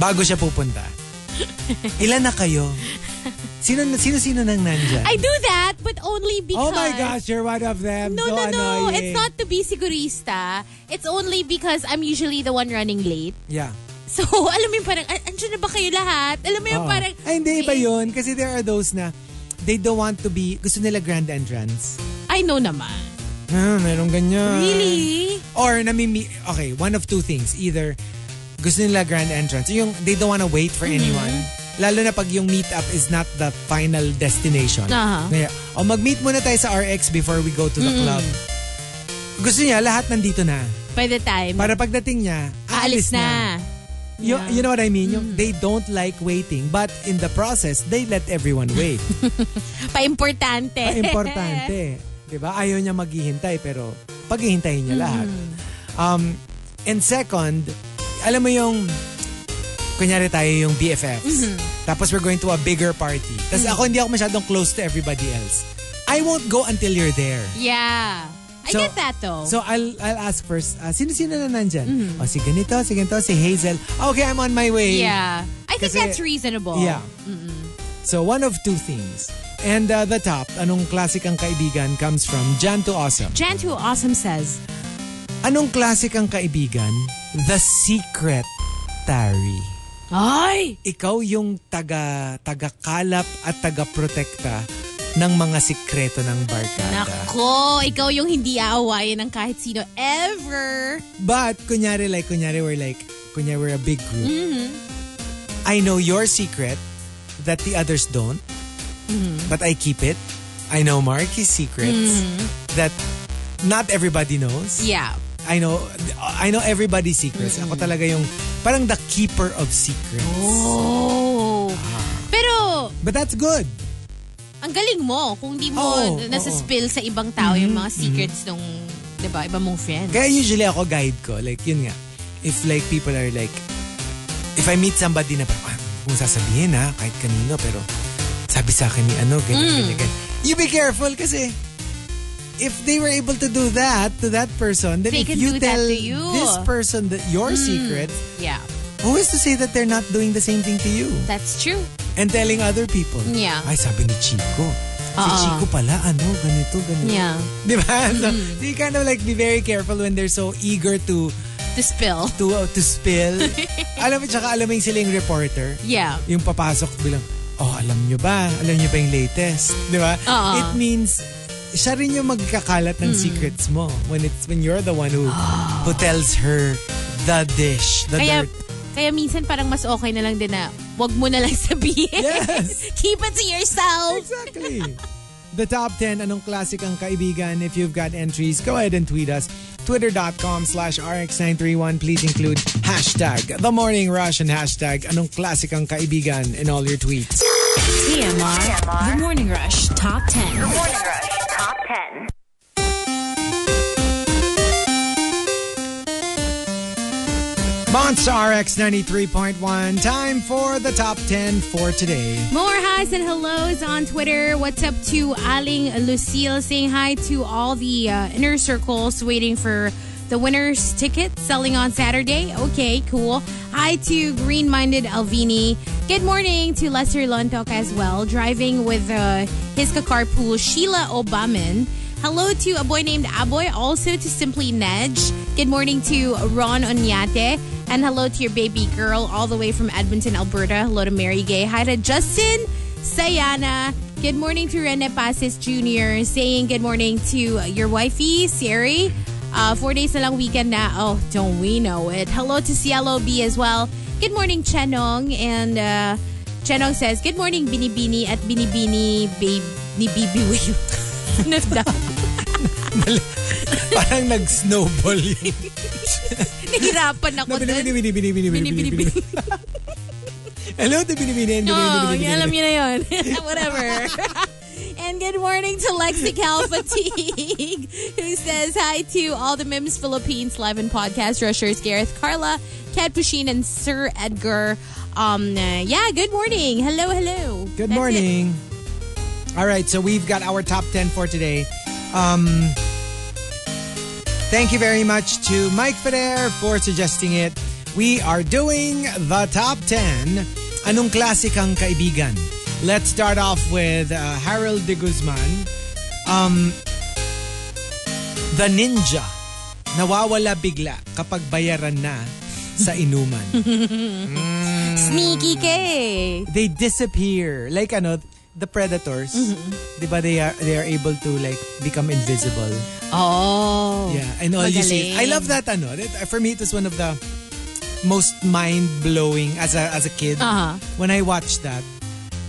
Bago siya pupunta. Ilan na kayo? Sino sino sino nang nandyan? I do that but only because oh my gosh, you're one of them. No, so no, no. annoying. It's not to be sigurista. It's only because I'm usually the one running late. Yeah. So, alam mo yung parang, "Ah, andyan na ba kayo lahat? Alam mo yung Oo. parang... Ah. Ay, hindi, iba yun. Kasi there are those na they don't want to be, gusto nila grand entrance. I know naman. Ah, meron ganyan. Really? Or, namimi, okay, one of two things. Either, gusto nila grand entrance. Yung, they don't wanna wait for Mm-hmm. anyone. Lalo na pag yung meet-up is not the final destination. Aha. Kaya, o mag-meet muna tayo sa RX before we go to Mm-hmm. the club. Gusto niya, lahat nandito na. By the time, Para pagdating niya, aalis aalis na. You, Yeah. Mm. you know what I mean? Yung they don't like waiting, but in the process, they let everyone wait. Pa-importante. Importante. 'Di ba? Ayaw niya maghihintay, pero paghihintayin niya lahat. Mm-hmm. Um, and second, alam mo yung, kunyari tayo yung BFFs, Mm-hmm. tapos we're going to a bigger party. Tapos ako hindi ako masyadong close to everybody else. I won't go until you're there. yeah. I So- get that though. So Mm-hmm. I'll I'll ask first, ah, sino-sino na nandyan? O si ganito, si ganito, si Hazel. Okay, I'm on my way. yeah. I think Kasi- that's reasonable. Yeah. So one of two things. And uh, the top, anong klase kang kaibigan comes from Jan to Awesome. Jan Too Awesome says, Anong klase kang kaibigan? The secretary. Ay! Ikaw yung taga tagakalap at taga-protekta ng mga sikreto ng barkada. Nako, ikaw yung hindi aawayan ng kahit sino ever. But kunyari like kunyari we're like kunyari we're a big group. I know your secret that the others don't. But I keep it. I know Marky's secrets that not everybody knows. Yeah. I know I know everybody's secrets. Ako talaga yung parang the keeper of secrets. Oh. Pero, But that's good. ang galing mo kung di mo Oo, Mm-hmm, nasa-spill sa ibang tao yung mga secrets nung, di ba, iba mong friends. Kaya usually ako guide ko. Like, yun nga. If like people are like, if I meet somebody na parang, ah, kung sasabihin ha, kahit kanino, pero sabi sa akin ni ano, ganyan, Hmm. ganyan, ganyan. You be careful kasi if they were able to do that to that person, then They if can you do that tell to you. Hmm. this person that your secret, Yeah. who is to say that they're not doing the same thing to you? That's true. And telling other people. Yeah. Ay, sabi ni Chico. Si Oo. Chico pala, ano, ganito, ganito. Yeah. Mm-hmm. Di ba? So, so you kind of like be very careful when they're so eager to To spill. to uh, to spill. alam mo, tsaka alam mo yung sila yung reporter. Yeah. Yung papasok bilang, oh, alam nyo ba? Alam nyo ba yung latest? Di ba? Oo. It means, siya rin yung magkakalat ng Hmm. secrets mo when it's when you're the one who who tells her the dish, the Kaya, dirt. kaya minsan parang mas okay na lang din na wag mo na lang sabihin. Yes. Keep it to yourself. Exactly. The top 10, anong classic ang kaibigan? If you've got entries, go ahead and tweet us. Twitter.com slash RX931. Please include hashtag The Morning Rush and hashtag anong classic ang kaibigan in all your tweets. TMR. TMR. The Morning Rush Top 10. Morning Rush Top 10. Monster RX 93.1. Time for the top 10 for today. More highs and hellos on Twitter. What's up to Aling Lucille? Saying hi to all the uh, inner circles waiting for the winner's ticket selling on Saturday. Okay, cool. Hi to Green Minded Alvini. Good morning to Lester Lontok as well. Driving with uh, his carpool, Sheila Obaman. Hello to a boy named Aboy, also to Simply Nedge. Good morning to Ron Onyate. And hello to your baby girl all the way from Edmonton, Alberta. Hello to Mary Gay. Hi to Justin Sayana. Good morning to Rene Pases Jr. Saying good morning to your wifey, Siri. Uh, four days na lang weekend na. Oh, don't we know it. Hello to Cielo B as well. Good morning, Chenong. And uh, Chenong says, Good morning, Binibini at Binibini Babe ni Bibi Wave. Nagda. Parang nag-snowball yun. Nahirapan ako Na dun. binibini, binibini, binibini, binibini. Binibini. Hello to binibini. No, binibini, yun, Oh, alam binibini. niyo na yun. Whatever. And good morning to Lexical Fatigue, who says hi to all the Mims Philippines live and podcast rushers, Gareth, Carla, Kat Pusheen, and Sir Edgar. Um, uh, yeah, good morning. Hello, hello. Good That's it. morning. All right, so we've got our top 10 for today. Um, thank you very much to Mike Ferrer for suggesting it. We are doing the top 10. Anong klase kang kaibigan? Let's start off with uh, Harold de Guzman. Um, the Ninja. Nawawala bigla kapag bayaran na sa inuman. Sneaky K. they disappear. Like ano, the predators, Mm-hmm. di ba they are they are able to like become invisible. Oh. Yeah, and all you see. Magaling. I love that ano. That, for me, it was one of the most mind blowing as a as a kid Uh-huh. when I watched that.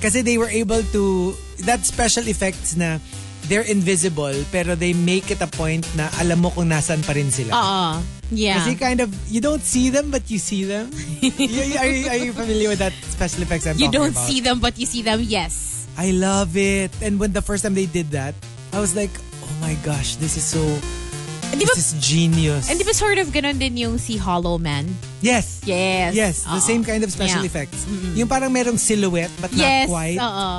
Kasi they were able to that special effects na they're invisible pero they make it a point na alam mo kung nasan pa rin sila. Ah, yeah. Kasi kind of, you don't see them, but you see them. Y- y- are, you, are you familiar with that special effects I'm talking you don't about? see them, but you see them. Yes. I love it. And when the first time they did that, I was like, oh my gosh, this is so, And di ba, this is genius. and di ba sort of ganun din yung si Hollow Man? yes. Yes. Yes, the Oo. same kind of special Yeah. effects. Yung parang merong silhouette but not yes, Uh, quite. oo.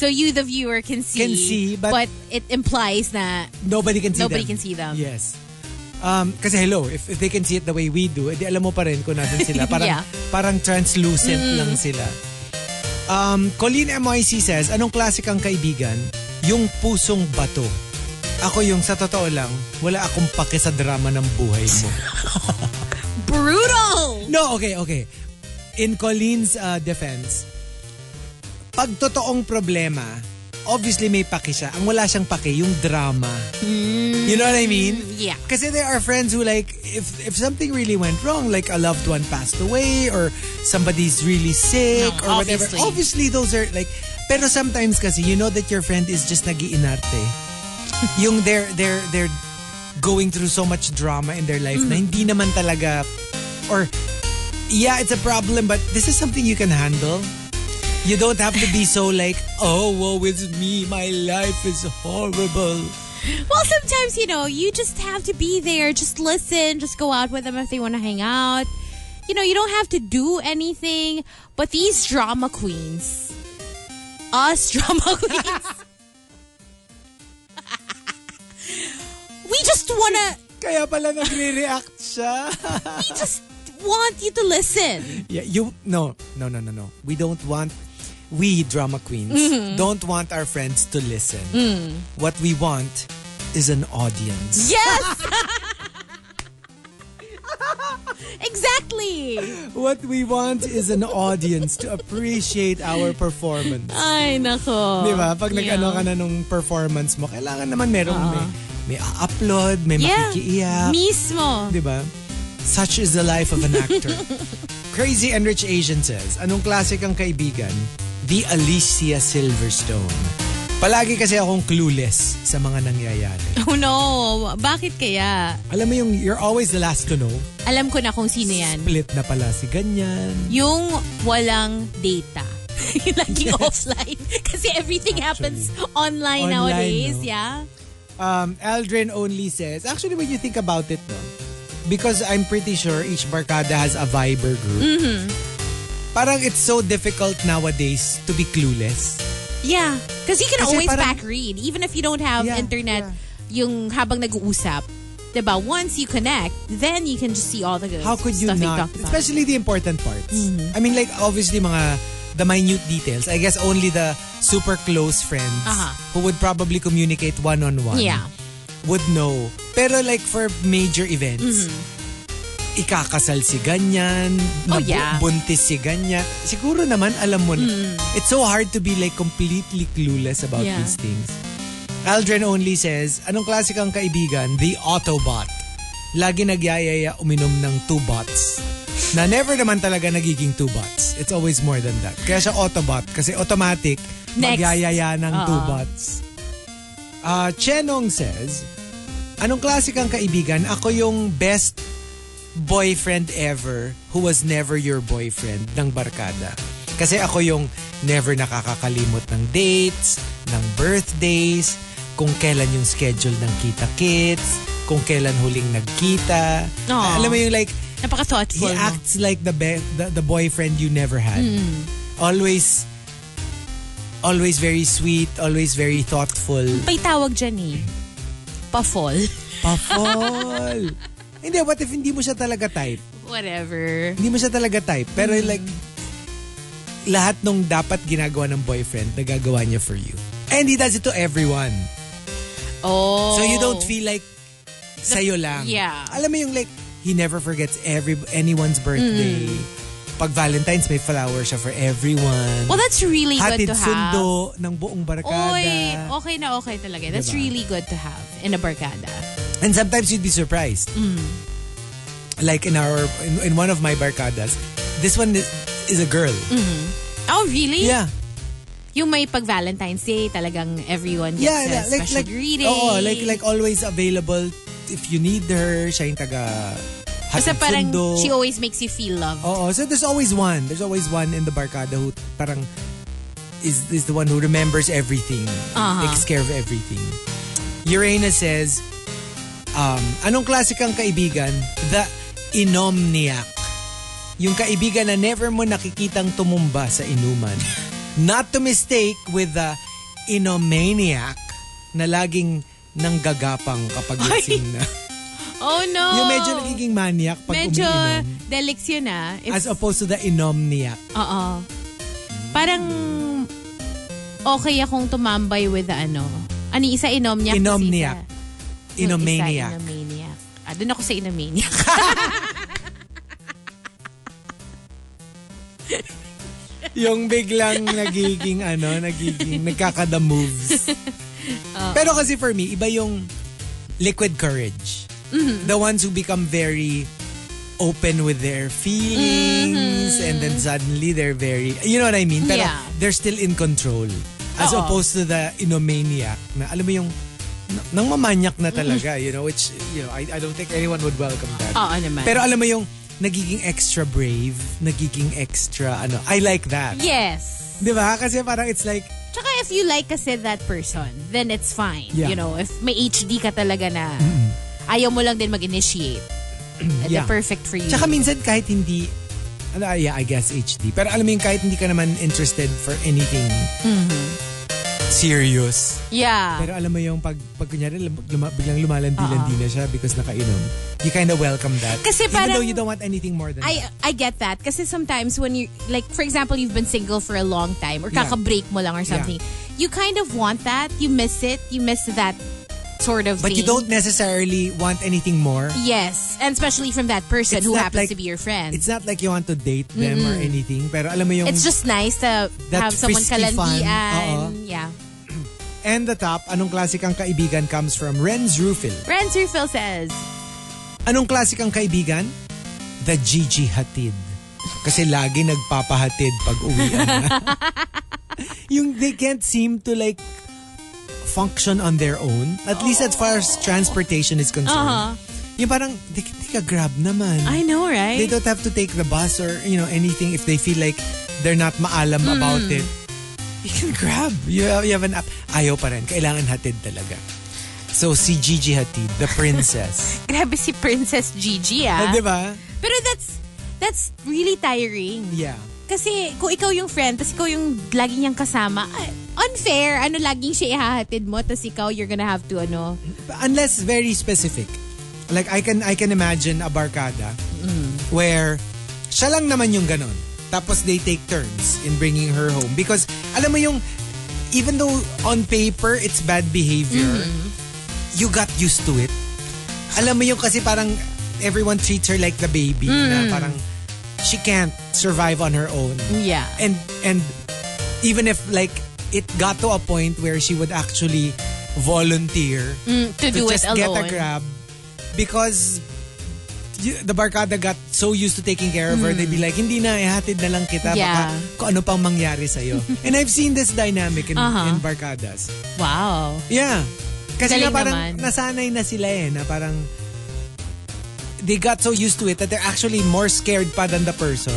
So you, the viewer, can see. Can see, but- it implies na Nobody can see nobody them. can see them. Yes. Um, kasi hello, if, if they can see it the way we do, edi alam mo pa rin kung natin sila. Parang, Yeah. Mm. parang translucent lang sila. Um, Colleen MIC says, anong klase kang kaibigan? Yung pusong bato. Ako yung sa totoo lang, wala akong pake sa drama ng buhay mo. Brutal! No, okay, okay. In Colleen's uh, defense, pag totoong problema, obviously may paki siya. Ang wala siyang paki, yung drama. You know what I mean? yeah. Kasi there are friends who like, if if something really went wrong, like a loved one passed away or somebody's really sick No, or whatever. obviously. Obviously, those are like, pero sometimes kasi, you know that your friend is just nagiinarte. yung they're, they're, they're going through so much drama in their life na Mm-hmm. hindi naman talaga, or yeah, it's a problem, but this is something you can handle. You don't have to be so like, oh, woe is me, my life is horrible. Well, sometimes, you know, you just have to be there. Just listen. Just go out with them if they want to hang out. You know, you don't have to do anything. But these drama queens, us drama queens, we just want to, Kaya pala nagre-react siya. we just want you to listen. yeah, you no, no, no, no, no. We don't want we drama queens Mm-hmm. don't want our friends to listen. Mm. What we want is an audience. Yes! exactly! What we want is an audience to appreciate our performance. Ay, nako. Di ba? Diba? Pag Oh, Yeah. Uh-huh. nag-ano ka na nung performance mo, kailangan naman merong may, may upload, may Yeah. makikiiyak. Mismo. Di ba? Diba? Such is the life of an actor. Crazy and Rich Asian says, anong klase kang kaibigan? The Alicia Silverstone. Palagi kasi akong clueless sa mga nangyayari. Oh no, bakit kaya? Alam mo yung you're always the last to know? Alam ko na kung sino Ano yan. Split na pala si ganyan. Yung walang data. Laging offline. Kasi everything happens Online, online, nowadays. no? Yeah. Um, Aldrin only says, actually when you think about it, no, because I'm pretty sure each barkada has a Viber group. Parang it's so difficult nowadays to be clueless. Yeah. Because you can Kasi always parang- back read. Even if you don't have Yeah, internet, yung habang nag-uusap. Diba? Once you connect, then you can just see all the good How could you stuff they not? Mm-hmm. talked about. Especially the important parts. I mean, like, obviously, mga the minute details. I guess only the super close friends Aha. who would probably communicate one-on-one Uh-huh. Yeah. would know. Pero like, for major events, ikakasal si ganyan, Mm-hmm. Oh, nabu- yeah. Mm-hmm. buntis si ganyan. Siguro naman, alam mo na. It's so hard to be like completely clueless about Yeah. these things. Aldrin only says, anong klase kang kaibigan? The Autobot. Lagi nagyayaya uminom ng two bots. Na never naman talaga nagiging two bots. It's always more than that. Kaya siya Autobot kasi automatic Next. magyayaya ng Oo. two bots. Ah, Chenong says, Anong klase kang kaibigan? Ako yung best boyfriend ever who was never your boyfriend ng barkada. Kasi ako yung never nakakakalimot ng dates, ng birthdays, kung kailan yung schedule ng kita-kits, kung kailan huling nagkita. Aw. Alam mo yung like, he Napaka-thoughtful. mo. acts like the, be- the the boyfriend you never had. Always, always very sweet, always very thoughtful. May tawag dyan eh. Pa-fall. Pa-fall. hindi, what if hindi mo siya talaga type? Whatever. Hindi mo siya talaga type. Pero Hmm. like, lahat nung dapat ginagawa ng boyfriend, nagagawa niya for you. And he does it to everyone. Oh. So you don't feel like sa'yo lang. yeah. Alam mo yung like, he never forgets every anyone's birthday. Pag Valentine's, may flower siya for everyone. Hmm. Well, that's really Hatid good to have. sundo ng buong barkada. Oy, okay na okay talaga. That's Diba? really good to have in a barkada. And sometimes you'd be surprised. Like in our in, in one of my barkadas, this one is, is a girl. Oh, really? Yeah. Yung may pag Valentine's Day, talagang everyone gets Yeah, a yeah, like special like greeting. Oo, like like always available if you need her, siya yung taga Basta hatid parang sundo. Oh. she always makes you feel loved. Oo, so there's always one. There's always one in the barkada who parang is is the one who remembers everything. Uh-huh. Takes care of everything. Urena says, um, anong klase kang kaibigan? The inomniac. Yung kaibigan na never mo nakikitang tumumba sa inuman. Not to mistake with the inomaniac na laging nanggagapang kapag lasing na. Oh no. Yung medyo nagiging maniac pag Medyo umiinom. delics yun ah. If- As opposed to the inomniac. Oo. Parang okay akong tumambay with the ano. Ano yung isa? Inomniac. kasi Inomniac. isa- yung isa, Inomaniac. Inomaniac. Ah, doon ako sa inomaniac. Yung biglang nagiging ano, nagiging nagkakada moves. Pero kasi for me, iba yung liquid courage. Mm-hmm. The ones who become very open with their feelings and then suddenly they're very, you know what I mean? Pero Mm-hmm. Yeah. they're still in control. As Oo. opposed to the inomaniac na alam mo yung n- nang mamanyak na talaga, you know, which, you know, I, I don't think anyone would welcome that. Mm-hmm. Oo naman. Pero alam mo yung nagiging extra brave, nagiging extra ano. I like that. yes. 'Di ba? Kasi parang it's like Tsaka if you like kasi that person, then it's fine. Yeah. You know, if may HD ka talaga na ayaw mo lang din mag-initiate, Yeah. they're perfect for you. tsaka minsan kahit hindi ano, ah, yeah, I guess HD. Pero alam mo yung kahit hindi ka naman interested for anything Mm-hmm. serious. yeah. Pero alam mo yung pag, pag kunyari, lum- luma, biglang lumalandi-landi na siya because nakainom. You kind of welcome that. Kasi Even though parang- you don't want anything more than that. I I get that kasi sometimes when you like for example you've been single for a long time or Yeah. kaka-break mo lang or something you kind of want that you miss it you miss that sort of But you thing don't necessarily want anything more. yes and especially from that person It's who not happens like- to be your friend It's not like you want to date them or anything. Pero alam mo yung... It's just nice to That have someone frisky fun. Oo. kalandian yeah And the top, anong klase kang kaibigan comes from Renz Rufil. Renz Rufil says Anong klase kang kaibigan? The Gigi Hatid. Kasi lagi nagpapahatid pag uwi Yung they can't seem to like function on their own. At least as far as transportation is concerned. Yung parang, they can take a grab naman. I know right They don't have to take the bus or, you know, anything if they feel like they're not maalam about it. You can grab. You have, you have an app. Ayaw pa rin. Kailangan hatid talaga. So, si Gigi Hatid, the princess. grabe si Princess Gigi Ah, ah di ba? pero that's that's really tiring Yeah. Kasi kung ikaw yung friend, tapos ikaw yung lagi niyang kasama, ah, unfair. Ano, laging siya ihahatid mo, tapos ikaw, you're gonna have to, ano. Unless very specific. Like, I can I can imagine a barkada where siya lang naman yung ganon. Tapos they take turns in bringing her home. Because, alam mo yung, even though on paper it's bad behavior, you got used to it. Alam mo yung kasi parang everyone treats her like the baby na parang she can't survive on her own. Yeah. And and even if like it got to a point where she would actually volunteer Mm, to do it just get alone. a grab because y- the barkada got so used to taking care of her they'd be like hindi na ihatid na lang kita Hmm. Yeah. baka kung ano pang mangyari sa'yo and I've seen this dynamic in, Uh-huh. in barkadas Wow. Yeah. Kasi nga Galing parang naman. nasanay na sila eh, na parang they got so used to it that they're actually more scared pa than the person.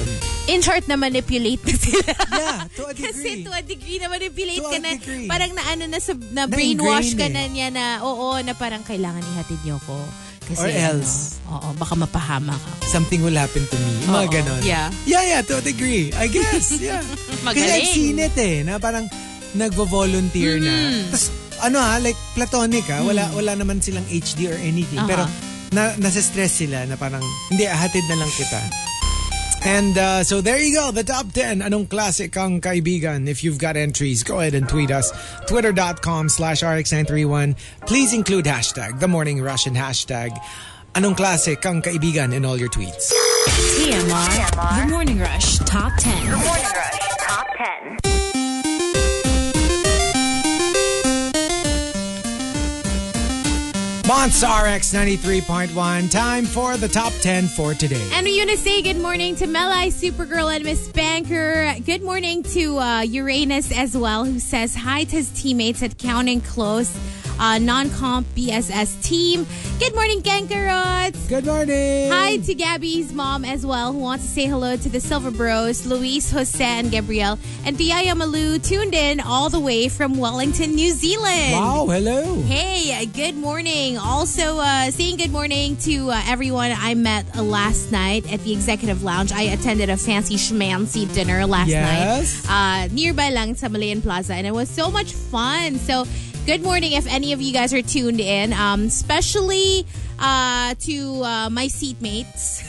In short, na-manipulate na sila. Yeah, to a Kasi degree. to a degree na manipulate To a ka na. degree. Parang na ano na, sa, na brainwash ka eh. na niya na oo, na parang kailangan ihatid niyo ko. Kasi, Or ano, else. oo, baka mapahama ka. Something will happen to me. Mga Oo, ganon. yeah. Yeah, yeah, to a degree. I guess, yeah. Kasi I've Magaling. seen it eh, na parang nagvo-volunteer na. Tapos, ano ha, like platonic ha, wala, wala naman silang HD or anything. Aha. Pero, na, nasa-stress sila na parang, hindi, ahatid na lang kita. And uh, so there you go, the top 10. Anong classic ang kaibigan? If you've got entries, go ahead and tweet us. Twitter.com slash RX931. Please include hashtag, the morning rush and hashtag, anong classic ang kaibigan in all your tweets. TMR. The Morning Rush Top 10. Morning Rush Top 10. Monts RX 93.1. Time for the top 10 for today. And we want to say good morning to Melai, Supergirl, and Miss Banker. Good morning to uh, Uranus as well, who says hi to his teammates at Counting Close, uh, non comp BSS team. Good morning, Gankarots. Good morning. Hi to Gabby's mom as well, who wants to say hello to the Silver Bros, Luis, Jose, and Gabrielle. And Biaya Malu tuned in all the way from Wellington, New Zealand. Wow, hello. Hey, uh, good morning. Also, uh, saying good morning to uh, everyone I met uh, last night at the Executive Lounge. I attended a fancy schmancy dinner last Yes. night uh, nearby lang sa Malayan Plaza, and it was so much fun. So, good morning if any of you guys are tuned in, um, especially uh, to uh, my seatmates.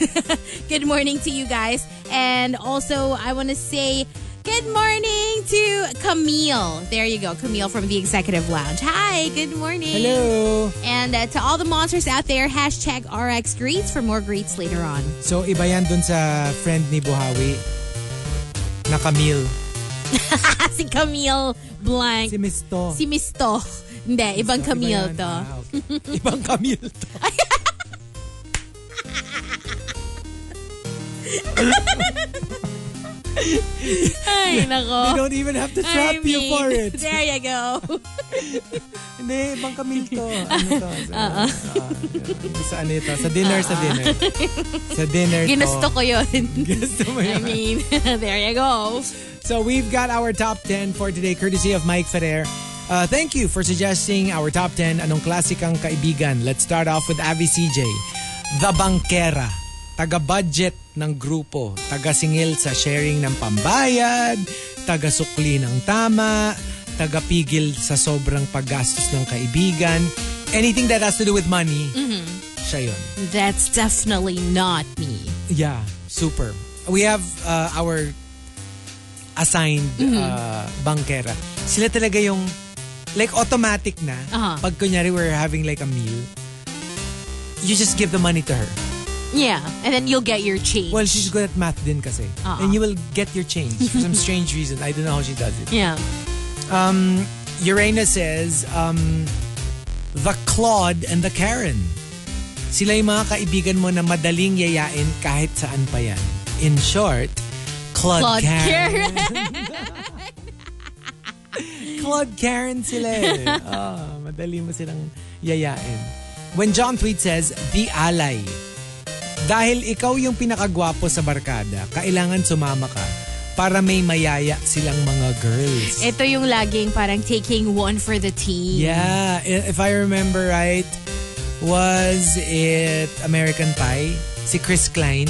good morning to you guys. And also, I want to say good morning to Camille. There you go, Camille from the Executive Lounge. Hi, good morning. Hello. And uh, to all the monsters out there, hashtag RX greets for more greets later on. So, iba yan dun sa friend ni Buhawi na Camille. Ah, si Camille Blank. Si Misto. Si Misto. Hindi, ibang Iba Camille yan. to. Ah, okay. Ibang Camille to. Ay, They nako. don't even have to I trap you mean, for it. There you go. Hindi, ibang Camille to. Ano to? Sa, ah, yeah. sa ano ito? Sa dinner, sa dinner. Sa dinner to. Ginusto ko yun. Ginusto mo I yun. mean, there you go. So we've got our top 10 for today, courtesy of Mike Ferrer. Uh, thank you for suggesting our top 10 anong klasikang kaibigan. Let's start off with Avi CJ. The Bankera. Taga-budget ng grupo. Taga-singil sa sharing ng pambayad. Taga-sukli ng tama. Taga-pigil sa sobrang paggastos ng kaibigan. Anything that has to do with money, siya yun. That's definitely not me. Yeah, super. We have uh, our assigned uh, bankera. Sila talaga yung like automatic na. Aha. Pag kunyari we're having like a meal, you just give the money to her. Yeah, and then you'll get your change. Well, she's good at math din kasi. Ah, And ah. you will get your change for some strange reason. I don't know how she does it. yeah. Uranus says, um, the Claude and the Karen. Sila yung mga kaibigan mo na madaling yayain kahit saan pa yan. In short, Claude, Claude Karen. Karen. Claude Karen sila eh. Ah, madali mo silang yayain. When John Tweet says, the ally. Dahil ikaw yung pinakagwapo sa barkada, kailangan sumama ka para may mayaya silang mga girls. Ito yung laging parang taking one for the team. Yeah, i- if I remember right, was it American Pie? Si Chris Klein,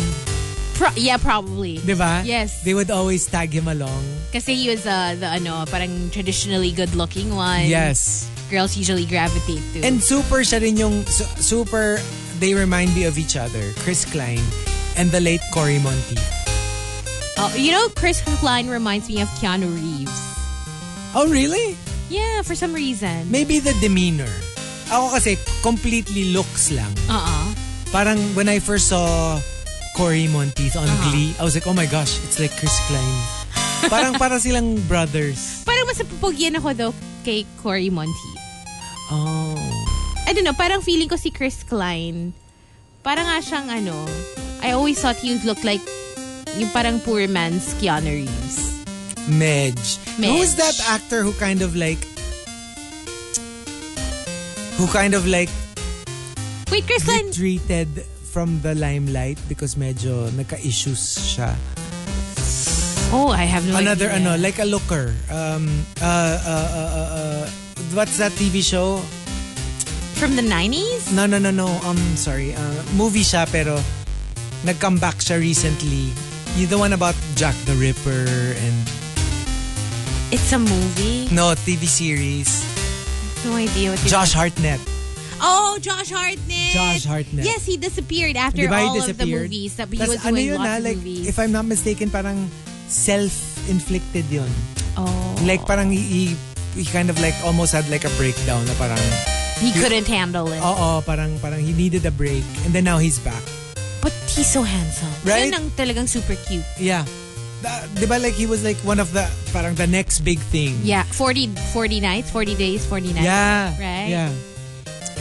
Pro- yeah, probably. di ba? Yes. They would always tag him along. Kasi he was uh, the ano, parang traditionally good-looking one. Yes. Girls usually gravitate to. And super siya rin yung, su- super, they remind me of each other. Chris Klein and the late Cory Monteith. Oh, you know, Chris Klein reminds me of Keanu Reeves. Oh, really? Yeah, for some reason. Maybe the demeanor. Ako kasi, completely looks lang. Uh-uh. Parang when I first saw Cory Monteith on Uh-huh. Glee, I was like, oh my gosh, it's like Chris Klein. parang para silang brothers. Parang mas napupugyan ako though kay Cory Monteith. Oh. I don't know, parang feeling ko si Chris Klein. Parang nga siyang ano, I always thought he would look like yung parang poor man's Keanu Reeves. Medj. Medj. Who's that actor who kind of like... Who kind of like Wait, Chris Klein, retreated from the limelight because medyo nagka-issues siya. Oh, I have no Another idea. ano, like a looker. Um, uh, uh, uh, uh, uh, what's that TV show? From the 90s? No, no, no, no. Um, sorry. Uh, movie siya pero nag-come back siya recently. You the one about Jack the Ripper and It's a movie? no TV series. No idea what you Josh Hartnett. Oh, Josh Hartnett! Josh Hartnett. Yes, he disappeared after Di ba he all of the disappeared? movies. That he Tas was ano doing yun lots ah, of like, movies. if I'm not mistaken, parang self-inflicted yun. oh. Like parang he, he, he kind of like almost had like a breakdown na parang he couldn't handle it. oo, parang parang he needed a break and then now he's back. But he's so handsome. Right? Yun ang talagang super cute. Yeah. Da, di ba like he was like one of the parang the next big thing. Yeah, 40, 40 nights, 40 days, 40 nights. Yeah. Right? Yeah.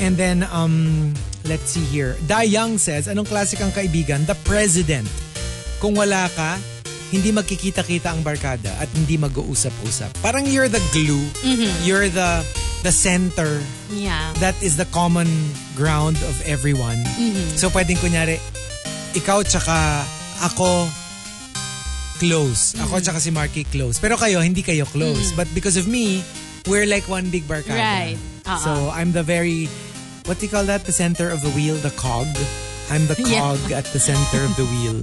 And then, um, let's see here. Da Young says, anong klase kang kaibigan? The President. Kung wala ka, hindi magkikita-kita ang barkada at hindi mag-uusap-usap. Parang you're the glue. You're the the center Yeah. that is the common ground of everyone. So pwedeng kunyari, ikaw tsaka ako close. Ako tsaka si Marky close. Pero kayo, hindi kayo close. But because of me, we're like one big barkada. Right. Oo. So I'm the very, what do you call that? The center of the wheel, the cog. I'm the Yeah. cog at the center of the wheel.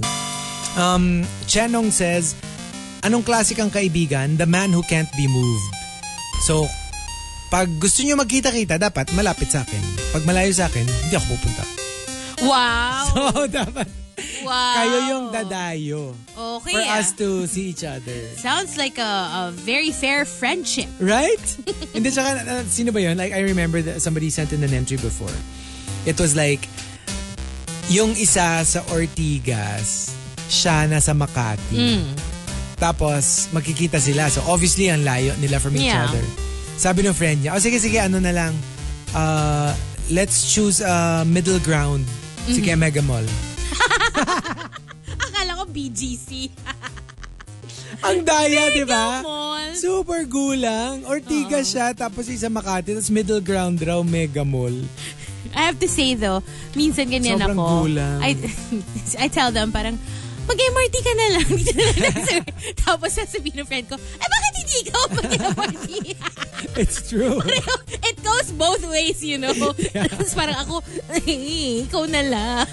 Um, Chenong says, anong klase kang kaibigan? The man who can't be moved. So, pag gusto nyo magkita-kita, dapat malapit sa akin. Pag malayo sa akin, hindi ako pupunta. Wow. So, dapat wow. kayo yung dadayo Okay. for ah. us to see each other. Sounds like a, a very fair friendship. Right? Hindi, tsaka, uh, sino ba yun? Like, I remember that somebody sent in an entry before. It was like, yung isa sa Ortigas, siya nasa Mm. Makati. Tapos, magkikita sila. So, obviously, ang layo nila from each Yeah. other. Sabi ng friend niya, oh, sige, sige, ano na lang, uh, let's choose a middle ground. Mm-hmm. Sige, Mega Mall. Akala ko BGC. Ang daya, di ba? Mall. Super gulang. Ortigas siya, tapos isa Makati, tapos middle ground raw, Mega Mall. I have to say though, minsan ganyan Sobrang ako. gulang. I, I tell them parang, mag-MRT ka na lang. Dito na lang sir. Tapos sasabihin ng friend ko, ay bakit hindi ikaw mag-MRT? It's true. It goes both ways, you know. Tapos parang ako, "Ay, ikaw na lang.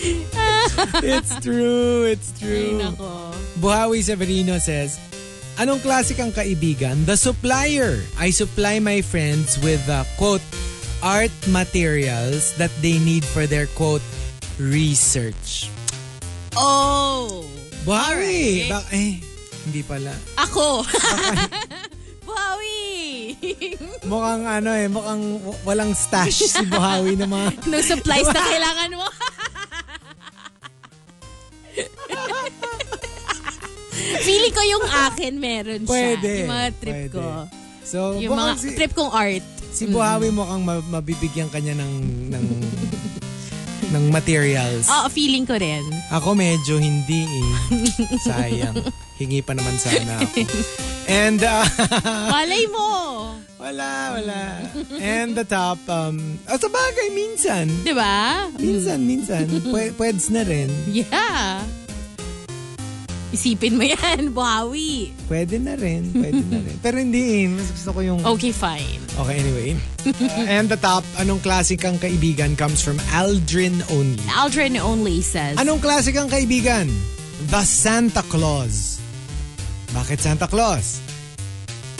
It's true. It's Ay, true. nako. Buhawi Severino says, Anong klase kang kaibigan? The supplier. I supply my friends with the, quote, art materials that they need for their, quote, research. Oh. Buhawi! Alright. Ba- eh, hindi pala. Ako. Buhawi. Mukhang ano eh, mukhang w- walang stash si Buhawi ng mga... no supplies na kailangan mo. Feeling ko yung akin meron siya. Pwede. Yung mga trip pwede. ko. So, Yung mga mukhang si, trip Mm. kong art. si Buhawi mukhang ma- mabibigyan kanya ng... ng ng materials. Oo, feeling ko rin. Ako medyo hindi eh. Sayang. Hingi pa naman sana ako. And, uh, Malay mo. wala, wala. And the top, um, oh, sa bagay, minsan. Di ba? Minsan, minsan. Pwe- pweds na rin. Yeah. Isipin mo yan, Buhawi. Pwede na rin. Pwede na rin. Pero hindi eh. Mas gusto ko yung... Okay, fine. Okay, anyway. Uh, and the top, anong klase kang kaibigan comes from Aldrin only. Aldrin only says. Anong klase kang kaibigan? The Santa Claus. Bakit Santa Claus?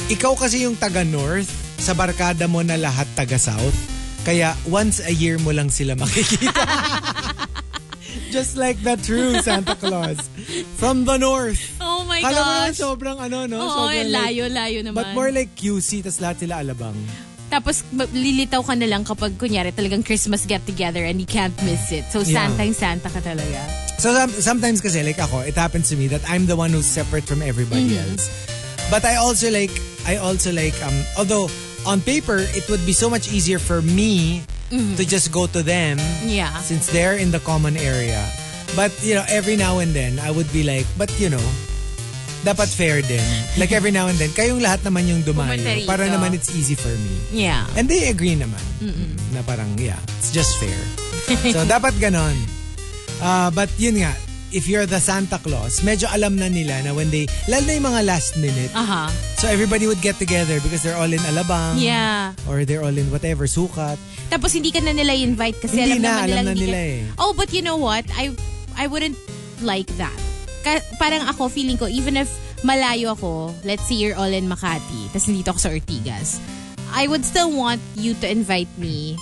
Ikaw kasi yung taga-north, sa barkada mo na lahat taga-south, kaya once a year mo lang sila makikita. Just like the true Santa Claus. From the north. Oh my Alam mo naman, gosh. sobrang ano, no? Oo, eh, sobrang layo-layo naman. But more like QC, tas lahat sila alabang. Tapos ma- lilitaw ka na lang kapag kunyari talagang Christmas get together and you can't miss it. So Yeah. Santa Santa ka talaga. So som- sometimes kasi like ako, it happens to me that I'm the one who's separate from everybody Mm-hmm. else. But I also like I also like um although on paper it would be so much easier for me to just go to them Mm-hmm. Yeah. since they're in the common area. But you know, every now and then I would be like, but you know, dapat fair din. Like every now and then kayong lahat naman yung Pumunta dumayo rito. para naman it's easy for me. Yeah. And they agree naman. Na parang, yeah, it's just fair. so, dapat ganon. Uh, but yun nga, if you're the Santa Claus, medyo alam na nila na when they, lalo na yung mga last minute, Aha. so everybody would get together because they're all in Alabang. Yeah. Or they're all in whatever, sukat. Tapos hindi ka na nila invite kasi Hindi alam na, naman alam nilang na hindi nila ka- eh. Oh, but you know what? I I wouldn't like that. Ka- parang ako, feeling ko, even if malayo ako, let's say you're all in Makati, tapos nandito ako sa Ortigas, I would still want you to invite me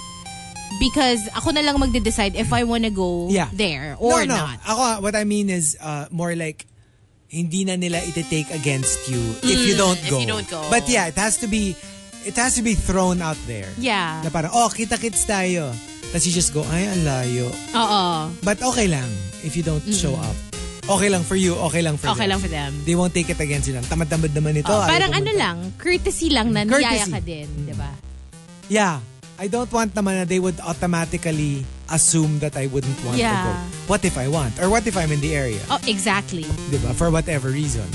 because ako na lang magde-decide if I wanna go Yeah. there or no, no. not. Ako, what I mean is uh, more like, hindi na nila iti-take against you if you don't Mm, if go. you don't go. But yeah, it has to be, it has to be thrown out there. Yeah. Na parang, oh, kita-kits tayo. Tapos you just go, ay, ang layo. Oo. But okay lang if you don't show up. Okay lang for you, okay lang for them. Okay lang for them. They won't take it against you lang. Tamad-tamad naman ito. Oh, ayaw parang ano pumunta. lang, courtesy lang na Ah, Courtesy. niyaya ka din, di ba? Yeah. I don't want naman na they would automatically assume that I wouldn't want to Yeah. go. What if I want? Or what if I'm in the area? Oh, exactly. Diba? For whatever reason.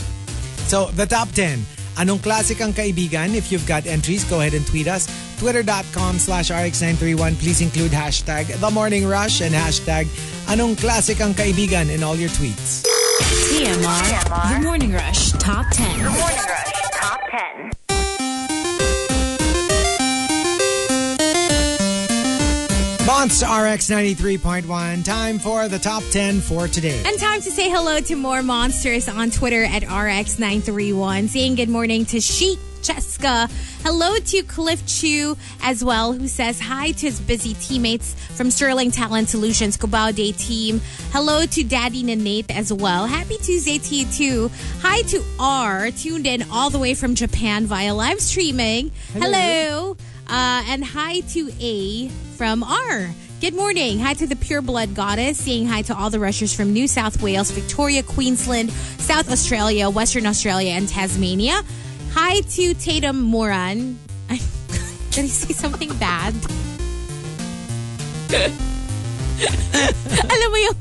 So, the top 10. Anong klase kang kaibigan? If you've got entries, go ahead and tweet us. Twitter.com slash RX931. Please include hashtag The Morning Rush and hashtag Anong klase kang kaibigan in all your tweets. TMR. The Morning Rush Top 10. Morning Rush Top 10. Bonds RX 93.1. Time for the top 10 for today. And time to say hello to more monsters on Twitter at RX931. Saying good morning to Sheik Cheska. Hello to Cliff Chu as well, who says hi to his busy teammates from Sterling Talent Solutions Cubao Day team. Hello to Daddy Nanate as well. Happy Tuesday to you too. Hi to R, tuned in all the way from Japan via live streaming. Hello. Uh, and hi to A from R. Good morning. Hi to the Pure Blood Goddess. Saying hi to all the rushers from New South Wales, Victoria, Queensland, South Australia, Western Australia, and Tasmania. Hi to Tatum Moran. Did I say something bad? Alam mo yung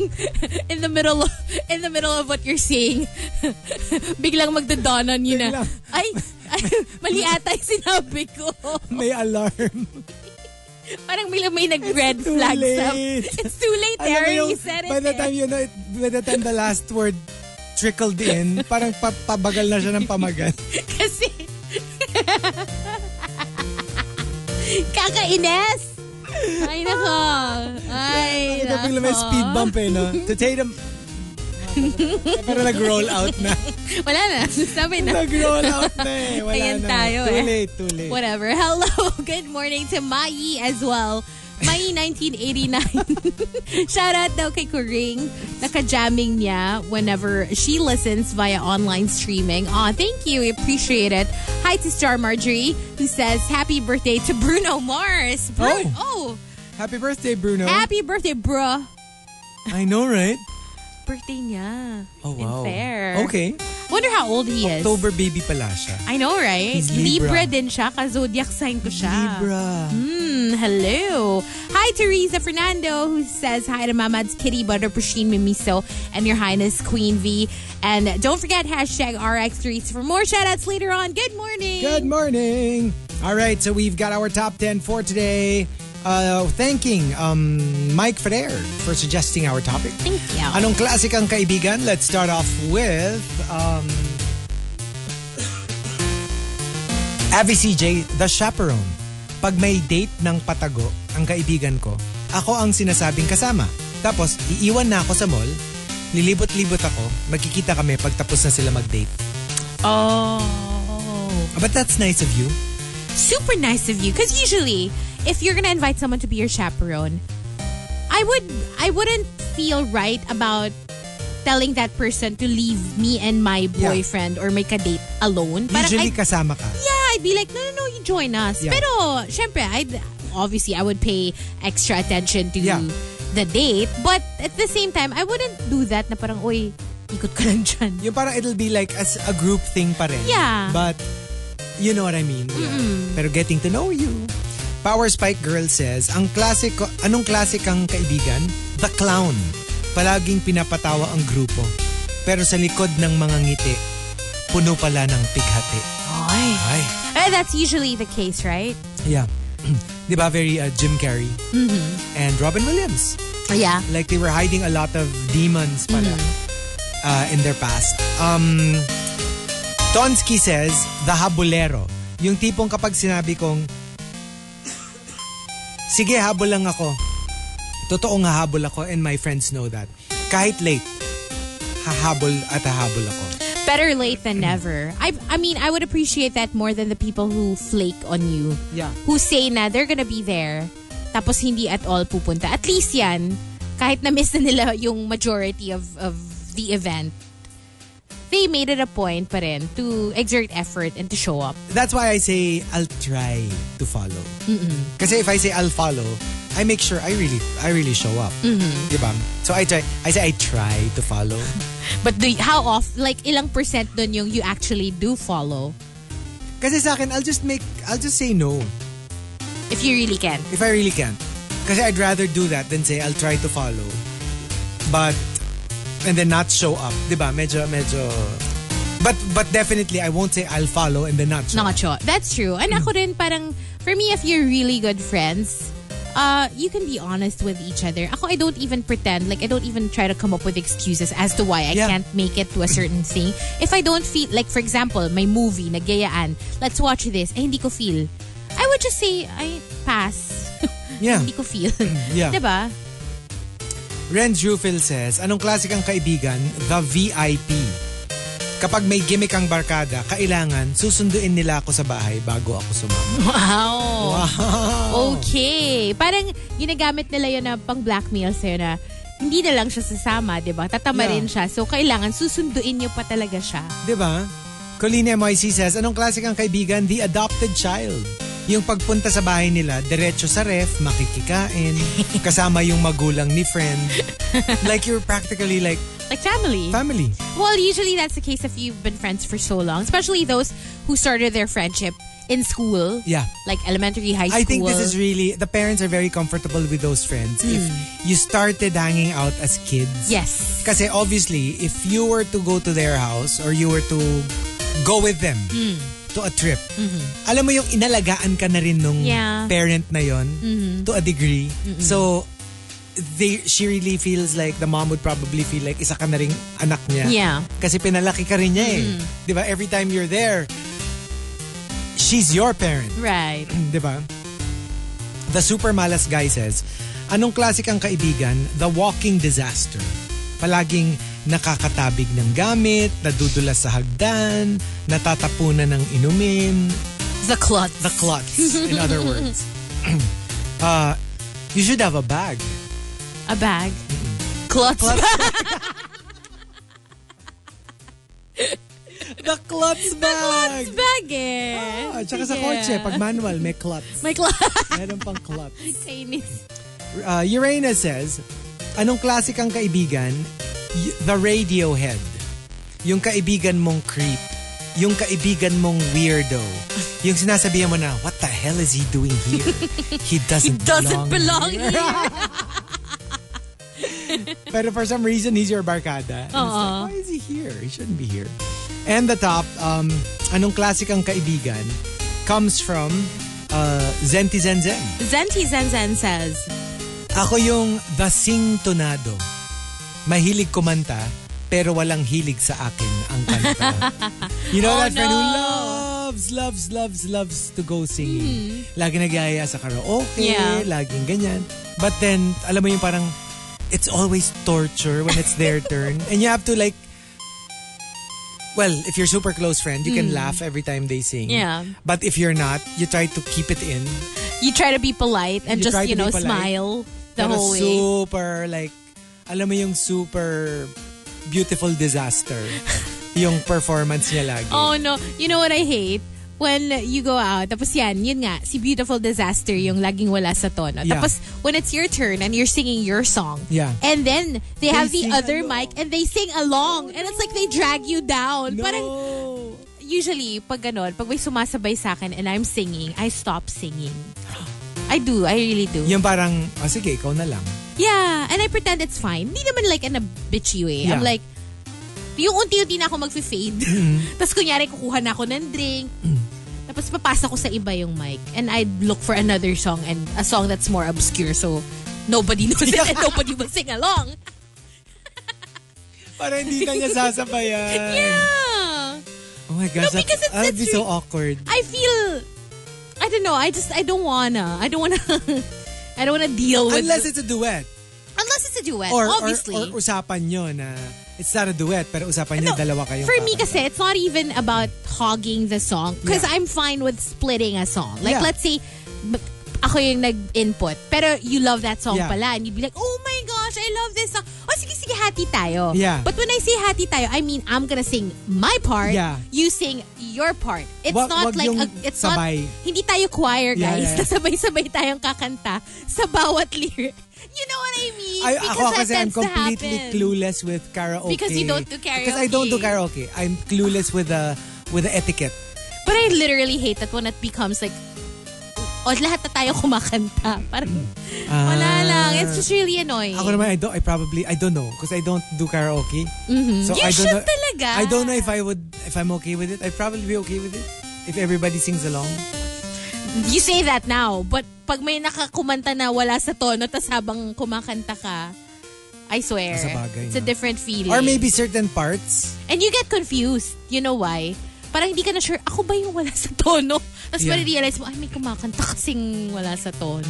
in the middle of, in the middle of what you're saying, biglang magda-dawn on you na, Biglang. ay, ay, mali ata yung sinabi ko. May alarm. Parang biglang may nag-red too flag sa... late. It's too late, Alam mo Terry. yung- You said it. By the time eh. you know it, by the time the last word trickled in, parang pa- pabagal na siya ng pamagal. Kasi... Kakainis! Ay, nako. Ay, Ito bigla may nako. speed bump eh, no? To Tatum, pero nag-roll out na. Wala na. Sabi na. Nag-roll out na eh. Wala Ayan na. tayo too eh. late, too late. Whatever. Hello. Good morning to Mai as well. Mai 1989. Shout out daw kay Kuring. Naka-jamming niya whenever she listens via online streaming. Aw, thank you. We appreciate it. Hi to Star Marjorie who says, Happy birthday to Bruno Mars. Bru- oh. Happy birthday, Bruno. happy birthday, bro. I know, right? Birthday niya. Oh, wow. Unfair. Okay. Wonder how old he is. October baby pala siya. I know, right? He's Libra. din siya. Ka-zodiac sign ko siya. Libra. Mm, hello. Hi, Teresa Fernando, who says hi to Mamad's Kitty Butter Pusheen Mimiso and Your Highness Queen V. And don't forget hashtag RX3 for more shout outs later on. Good morning. Good morning. All right, so we've got our top 10 for today. Uh, thanking um, Mike Ferrer for suggesting our topic. Thank you. Anong classic ang kaibigan? Let's start off with um, Avi CJ, The Chaperone. Pag may date ng patago, ang kaibigan ko, ako ang sinasabing kasama. Tapos, iiwan na ako sa mall, nilibot-libot ako, magkikita kami pag tapos na sila mag-date. Oh. But that's nice of you. Super nice of you. Because usually, if you're going to invite someone to be your chaperone, I would I wouldn't feel right about telling that person to leave me and my Yeah. boyfriend or my kadate alone. Parang I Usually kasama ka. Yeah, I I'd be like, no, no, no, you join us. Yeah. Pero, syempre, I'd, obviously, I would pay extra attention to Yeah. the date. But at the same time, I wouldn't do that na parang, oy, ikot ka lang dyan. Yung parang it'll be like as a group thing pa rin. Yeah. But, you know what I mean. Pero getting to know you. Power Spike Girl says, ang classic, anong classic ang kaibigan? The clown. Palaging pinapatawa ang grupo. Pero sa likod ng mga ngiti, puno pala ng pighati. Ay. Ay. Eh, that's usually the case, right? Yeah. Di ba very uh, Jim Carrey? And Robin Williams. Yeah. like they were hiding a lot of demons pala, uh, in their past. Um, Tonsky says, the habulero. Yung tipong kapag sinabi kong, sige, habol lang ako. Totoo nga habol ako and my friends know that. Kahit late, hahabol at hahabol ako. Better late than never. I I mean, I would appreciate that more than the people who flake on you. Yeah. Who say na they're gonna be there, tapos hindi at all pupunta. At least yan, kahit na-miss na nila yung majority of, of the event, they made it a point pa rin to exert effort and to show up. That's why I say, I'll try to follow. Kasi if I say I'll follow, I make sure I really I really show up. Diba? So I try, I say I try to follow. But do, how off, like ilang percent dun yung you actually do follow Kasi sa akin, I'll just make, I'll just say no if you really can? if I really can't. Kasi I'd rather do that than say I'll try to follow. But, and then not show up. Diba? Medyo, medyo... But, but definitely, I won't say I'll follow and then not show up. Nakacho. That's true. And Hmm. ako rin parang, for me, if you're really good friends, uh, you can be honest with each other. Ako, I don't even pretend. Like, I don't even try to come up with excuses as to why I Yeah. can't make it to a certain thing. If I don't feel, like, for example, my movie, Nagayaan, let's watch this, eh, hindi ko feel. I would just say, I pass. Yeah. Mm, hindi ko feel. Yeah. Diba? Ren Jufil says, Anong klase kang kaibigan? The VIP. Kapag may gimmick ang barkada, kailangan susunduin nila ako sa bahay bago ako sumama. Wow. Oh. Okay. Parang ginagamit nila yun na pang blackmail sa'yo na hindi na lang siya sasama, di ba? Tatama Yeah. rin siya. So, kailangan susunduin niyo pa talaga siya. Diba? Colleen MIC says, anong klase kang kaibigan? The adopted child. Yung pagpunta sa bahay nila, diretso sa ref, makikikain, kasama yung magulang ni friend. Like you're practically like Like family. family. well, usually that's the case if you've been friends for so long. Especially those who started their friendship in school. Yeah. Like elementary, high school. I think this is really, the parents are very comfortable with those friends. If Hmm. you started hanging out as kids. Yes. Kasi obviously, if you were to go to their house or you were to go with them Hmm. to a trip, alam mo yung inalagaan ka na rin nung Mm-hmm. Yeah. Mm-hmm. parent na yon to a degree. So, they, she really feels like the mom would probably feel like isa ka na rin anak niya. Yeah. Mm-hmm. Kasi pinalaki ka rin niya eh. Di ba? Every time you're there, she's your parent. Right. Di ba? The Super Malas Guy says, Anong klase kang kaibigan? The Walking Disaster. Palaging nakakatabig ng gamit, nadudulas sa hagdan, natatapunan ng inumin, The clots. the klutz, in other words. uh, you should have a bag. A bag. Clots. The klutz bag! bag eh. Ah, tsaka sa Sige. kotse, pag manual, may klutz. May clots. Meron pang klutz. Kainis. uh, Urena says, anong klase kang kaibigan? Y- the Radiohead. Yung kaibigan mong creep. Yung kaibigan mong weirdo. Yung sinasabihan mo na, what the hell is he doing here? He doesn't, Doesn't belong here." here. Pero for some reason, he's your barkada. And it's like, Oo. why is he here? He shouldn't be here. And the top, um, anong klase kang kaibigan? Comes from uh, Zenti Zen Zen. Zenti Zenzen says, Ako yung dasing tonado. Mahilig kumanta, pero walang hilig sa akin ang kanta. you know Oh, that friend who no. loves, loves, loves, loves to go singing. Lagi nagaya sa karaoke, Hmm. Yeah. laging ganyan. But then, alam mo yung parang, it's always torture when it's their turn. And you have to like, well, if you're super close friend, you can laugh every time they sing. Hmm. Yeah. But if you're not, you try to keep it in. you try to be polite and You just try to you be know polite. smile the Pero whole way. super, like, alam mo yung super beautiful disaster. yung performance niya lagi. Oh no! You know what I hate? when you go out, tapos yan, yun nga, si Beautiful Disaster yung laging wala sa tono. Yeah. Tapos when it's your turn and you're singing your song, Yeah. and then they, have the sing other along. mic and they sing along. And it's like they drag you down. Parang usually, pag ganun, pag may sumasabay sa akin and I'm singing, I stop singing. I do. I really do. Yung parang, oh, sige, ikaw na lang. Yeah. And I pretend it's fine. Hindi naman like in a bitchy way. Yeah. I'm like, yung unti-unti na ako mag-fade. Mm-hmm. Tapos kunyari, kukuha na ako ng drink. Mm. Tapos papasa ko sa iba yung mic. And I'd look for another song and a song that's more obscure. So, nobody knows it and nobody will sing along. Para hindi ka niya sasabayan. Yeah. Oh my gosh, No, because that, it's- that'd it's be so awkward. I feel I don't know. I just I don't wanna. I don't wanna. I don't wanna deal with Unless it's a duet. unless it's a duet. Or, or, obviously, or usapan nyo na it's not a duet, pero usapan nyo No, dalawa kayong for me, kakanta. kasi it's not even about hogging the song because Yeah. I'm fine with splitting a song. Like Yeah. let's say b- ako yung nag-input pero you love that song Yeah. pala and you'd be like, oh my gosh, I love this song. Oh, sige, sige, hati tayo. Yeah. But when I say hati tayo, I mean I'm gonna sing my part, Yeah. you sing your part. It's Wag- wag not like, yung a, it's sabay. not, hindi tayo choir Yeah, guys. yeah, yeah. Sabay-sabay tayong kakanta sa bawat lyric. You know what I mean? I, because ako that kasi I'm tends to completely happen. clueless with karaoke. Because you don't do Because I don't do karaoke. karaoke. I'm clueless with the with the etiquette. But I literally hate that when it becomes like, o lahat na tayo kumakanta. Parang, wala lang. It's just really annoying. Ah. Ako naman, I don't, I probably, I don't know. Because I don't do karaoke. So You I don't should know, Mm-hmm. talaga. I don't know if I would, if I'm okay with it. I'd probably be okay with it. If everybody sings along. You say that now, but pag may nakakumanta na wala sa tono, tas habang kumakanta ka, I swear, Sa bagay, it's a no? different feeling. Or maybe certain parts. And you get confused. You know why? Parang hindi ka na sure, ako ba yung wala sa tono? Tapos Yeah. marirealize mo, ay may kumakanta kasing wala sa tono.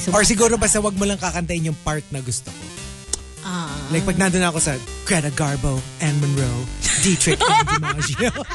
Or sumakanta. siguro basta wag mo lang kakantayin yung part na gusto ko. Ah. Like pag nandun ako sa Greta Garbo, Anne Monroe, Dietrich and DiMaggio.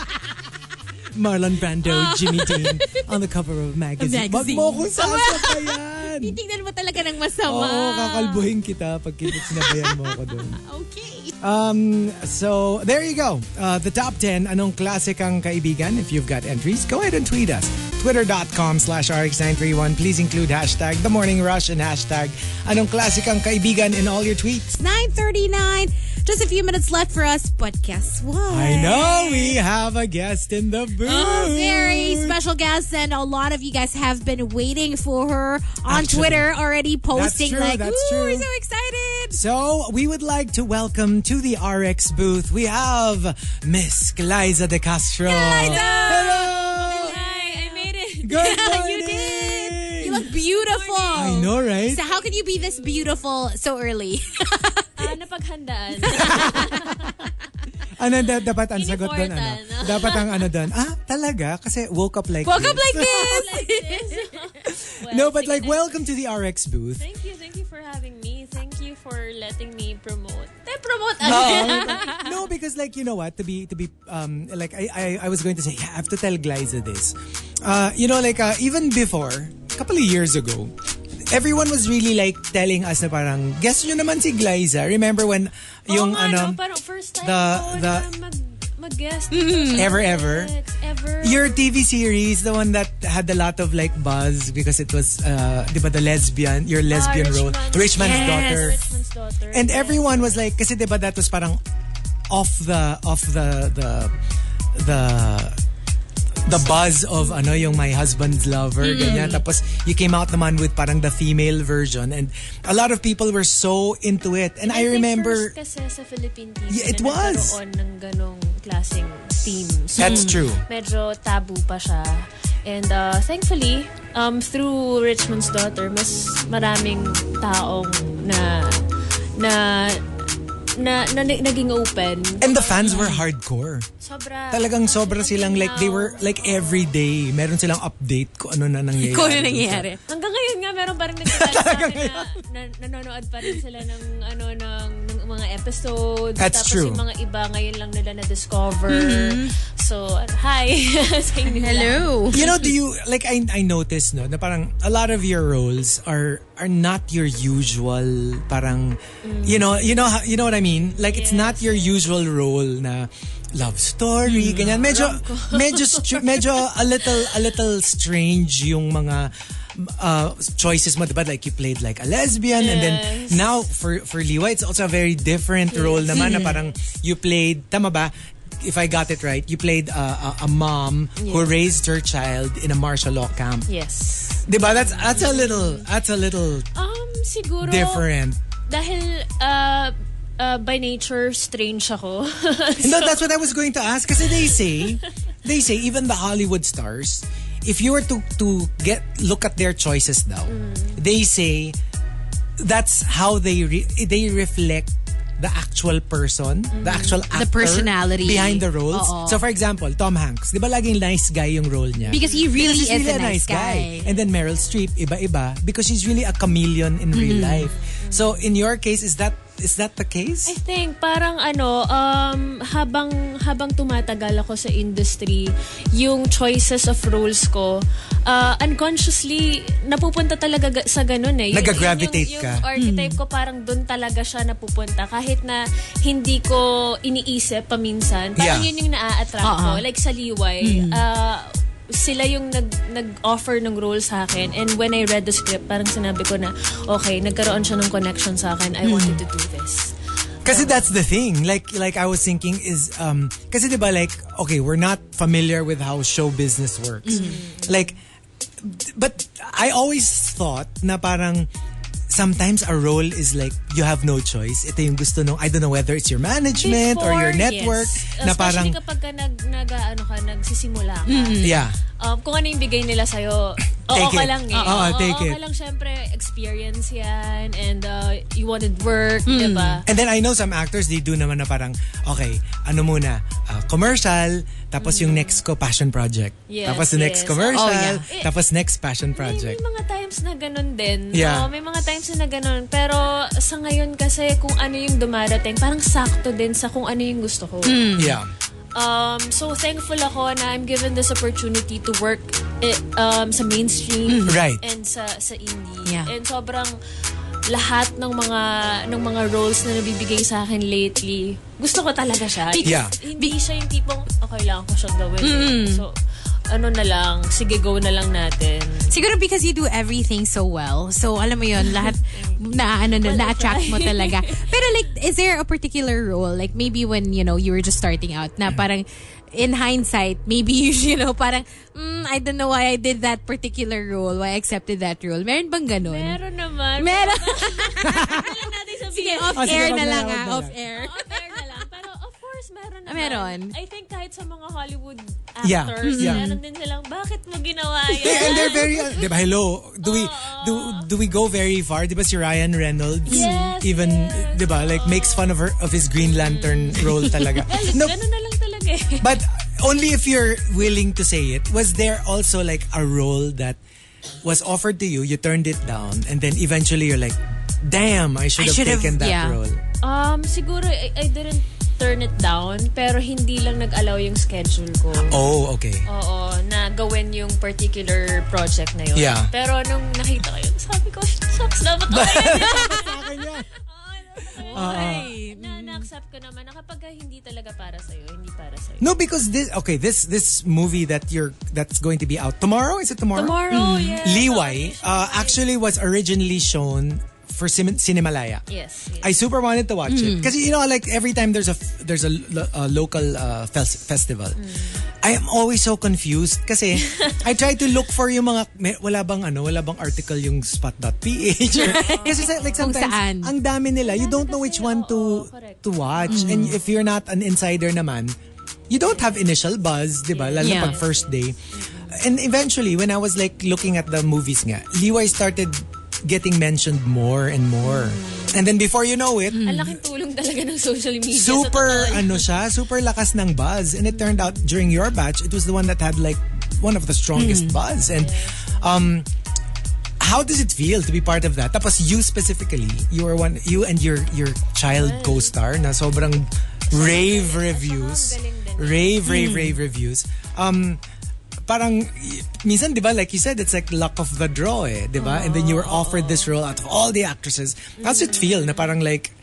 Marlon Brando, Jimmy Dean on the cover of a magazine. Wag Magazine. mo akong sasabayan. Titingnan mo talaga ng Oo, masama. kakalbuhin kita pag sinabayan mo ako doon. Okay. Um, so, there you go. Uh, the top 10, anong classic ang kaibigan? If you've got entries, go ahead and tweet us. Twitter.com slash RX931. Please include hashtag The Morning Rush and hashtag anong classic ang kaibigan in all your tweets. 9.39. Just a few minutes left for us, but guess what? I know we have a guest in the booth. A very special guest, and a lot of you guys have been waiting for her on Actually, Twitter, already posting true, like, that's "Ooh, true." we're so excited!" So, we would like to welcome to the RX booth, we have Miss Glyza De Castro. Hello! Hi, I made it. Good Yeah, you morning! did. You look beautiful. I know, right? So how can you be this beautiful so early? Ah, napaghandaan. Ano da- dapat ang sagot doon? Ano? Inimportan, no? dapat ang ano doon? Ah, talaga? Kasi woke up like Woke this. up like this. Well, No, but sige like, na. welcome to the RX booth. Thank you, thank you for having me. Thank you for letting me promote. Te, promote ano? Um, no, because like you know what? To be to be um like I I, I was going to say yeah, I have to tell Glyza this. Uh, you know like uh, even before a couple of years ago, everyone was really like telling us na parang guess nyo naman si Glyza. Remember when yung Oo nga, ano no, parang first time the- ko the- Mm-hmm. na mag, mag-guest. ever ever. Alex, ever. Your TV series, the one that had a lot of like buzz because it was, uh, di ba, the lesbian, your Ah, lesbian role, Rich Man's Yes. Daughter. Rich Man's Daughter. And yes. everyone was like, kasi diba that was parang off the, off the, the, the, the buzz of ano yung my husband's lover ganyan tapos you came out naman with parang the female version and a lot of people were so into it and I, think remember first kasi sa Philippine TV Yeah, it na was. nagkaroon ng ganong klaseng theme. So, That's true. Medyo taboo pa siya. And uh, thankfully, um, through Richmond's Daughter, mas maraming taong na na na, na, na- naging open. and the fans were hardcore Sobra. Oh. talagang sobra silang like they were like every day meron silang update kung ano na nangyayari. Kung ano nangyayari. Hanggang ngayon nga, meron pa rin nagsasabi sa akin na, na nanonood pa rin sila ng, ano, ng, ng mga episodes. That's Tapos true. Mm-hmm. yung mga iba ngayon lang nila na-discover. So, hi. sa inyo lang. Hello. You know, do you like I I noticed no na parang a lot of your roles are are not your usual parang Mm. you know, you know how- you know what I mean? Like it's not your usual role na love story Mm. ganyan. Medyo medyo str- medyo a little a little strange yung mga uh, choices mo, diba? Like you played like a lesbian and then Yes. now for for Liwa it's also a very different role naman na parang you played tama ba if I got it right you played uh, a, a mom who raised her child in a martial law camp Yes. diba that's that's a little that's a little Um, siguro... different Dahil, uh, uh, by nature, strange ako. no that's what I was going to ask kasi they say they say even the Hollywood stars if you were to to get look at their choices now Mm. they say that's how they re- they reflect the actual person, the actual actor Mm. personality. behind the roles. Oo. So for example, Tom Hanks, 'di ba laging nice guy yung role niya? Because he really Because he's is a nice guy. And then Meryl Streep, iba-iba because she's really a chameleon in Mm. real life. So in your case is that is that the case? I think parang ano um habang habang tumatagal ako sa industry yung choices of roles ko uh, unconsciously napupunta talaga ga- sa ganun eh Yun- Nagagravitate yun yung, ka. yung archetype ko parang doon talaga siya napupunta kahit na hindi ko iniisip paminsan Yeah. parang yun yung naa-attract ko like sa liway uh, sila yung nag, nag-offer ng role sa akin and when I read the script parang sinabi ko na okay nagkaroon siya ng connection sa akin I wanted to do this Kasi that's the thing. Like like I was thinking is um kasi 'di ba like okay, we're not familiar with how show business works. Mm-hmm. Like but I always thought na parang sometimes a role is like you have no choice. Ito yung gusto nung I don't know whether it's your management or your Before, network yes. na Especially parang kapag ka nag, nag, ano ka, nagsisimula ka. yeah. Um, kung ano yung bigay nila sa'yo, oo Take ka it. lang eh. Oo, take it. oo ka lang, syempre, experience yan. And uh, you wanted work, Mm. diba? di ba? And then I know some actors they do naman na parang okay, ano muna, ah, commercial, tapos yung next ko passion project. Mm. Yes, tapos the next yes. commercial, Oh, yeah. tapos next passion May, project. may mga times na ganun din. Yeah. Oo, may mga times na ganun. Pero sa ngayon kasi kung ano yung dumarating, parang sakto din sa kung ano yung gusto ko. Yeah. Um, so thankful ako na I'm given this opportunity to work eh, um, sa mainstream Right. and sa sa indie. Yeah. And sobrang lahat ng mga ng mga roles na nabibigay sa akin lately, gusto ko talaga siya. Yeah. Hindi siya yung tipong, okay lang ko siyang gawin. So, ano na lang, sige go na lang natin. Siguro because you do everything so well. So, alam mo yun, lahat na, ano, na, na-attract mo talaga. Pero like, is there a particular role? Like, maybe when, you know, you were just starting out na parang, in hindsight, maybe you, you know, parang, mm, I don't know why I did that particular role, why I accepted that role. Meron bang ganun? Meron naman. Meron. Meron natin Sige, sabihin. off Ah, sige, air wag na na, lang wag ah. na Off lang. air. Oh, fair na lang. Pero of course, meron naman. Meron. I think kahit sa mga Hollywood Yeah. Mm-hmm. actors, Yeah. meron din silang, bakit mo ginawa They- and yan? they're very, uh, diba, hello, do we, do, do we go very far? Diba si Ryan Reynolds, Yes, even, yes. diba, like makes fun of her, of his Green Lantern role talaga. no, Ganun na lang talaga eh. but only if you're willing to say it, was there also like a role that was offered to you, you turned it down, and then eventually you're like, damn, I should I have should've- taken that yeah. role. Um, siguro, I, I didn't turn it down, pero hindi lang nag-allow yung schedule ko. Oh, okay. Oo, na gawin yung particular project na yun. Yeah. Pero nung nakita ko yun, sabi ko, shucks, dapat ako yun. Oo, na, na-accept ko naman na kapag hindi talaga para sa'yo, hindi para sa'yo. No, because this okay, this this movie that you're that's going to be out tomorrow. Is it Tomorrow, Mm-hmm. yes. Liway uh, actually was originally shown for Sim- Cinemalaya. Yes, yes. I super wanted to watch Hmm. it because you know, like every time there's a f- there's a, lo- a local uh, fes- festival, Hmm. I am always so confused. Kasi I try to look for yung mga may- wala bang ano, wala bang article yung spot.ph. or- kasi sa- like Kung sometimes saan. ang dami nila, you don't know which one to oo, correct. to watch, and if you're not an insider naman, you don't have initial buzz, di ba? Lalo Yeah. pag first day. And eventually, when I was like looking at the movies nga, Liway started getting mentioned more and more. And then before you know it, Ang laking tulong talaga ng social media. sa Mm. super totoo lang. ano siya, super lakas ng buzz. And it turned out during your batch, it was the one that had like one of the Hmm. strongest buzz. And um how does it feel to be part of that? Tapos you specifically, you are one you and your your child co-star na sobrang rave Saka ang reviews. galing Hmm. din rave, rave, rave reviews. Um, parang, y- minsan, di ba, like you said, it's like luck of the draw eh, di ba? And then you were offered this role out of all the actresses. How's it feel na parang like,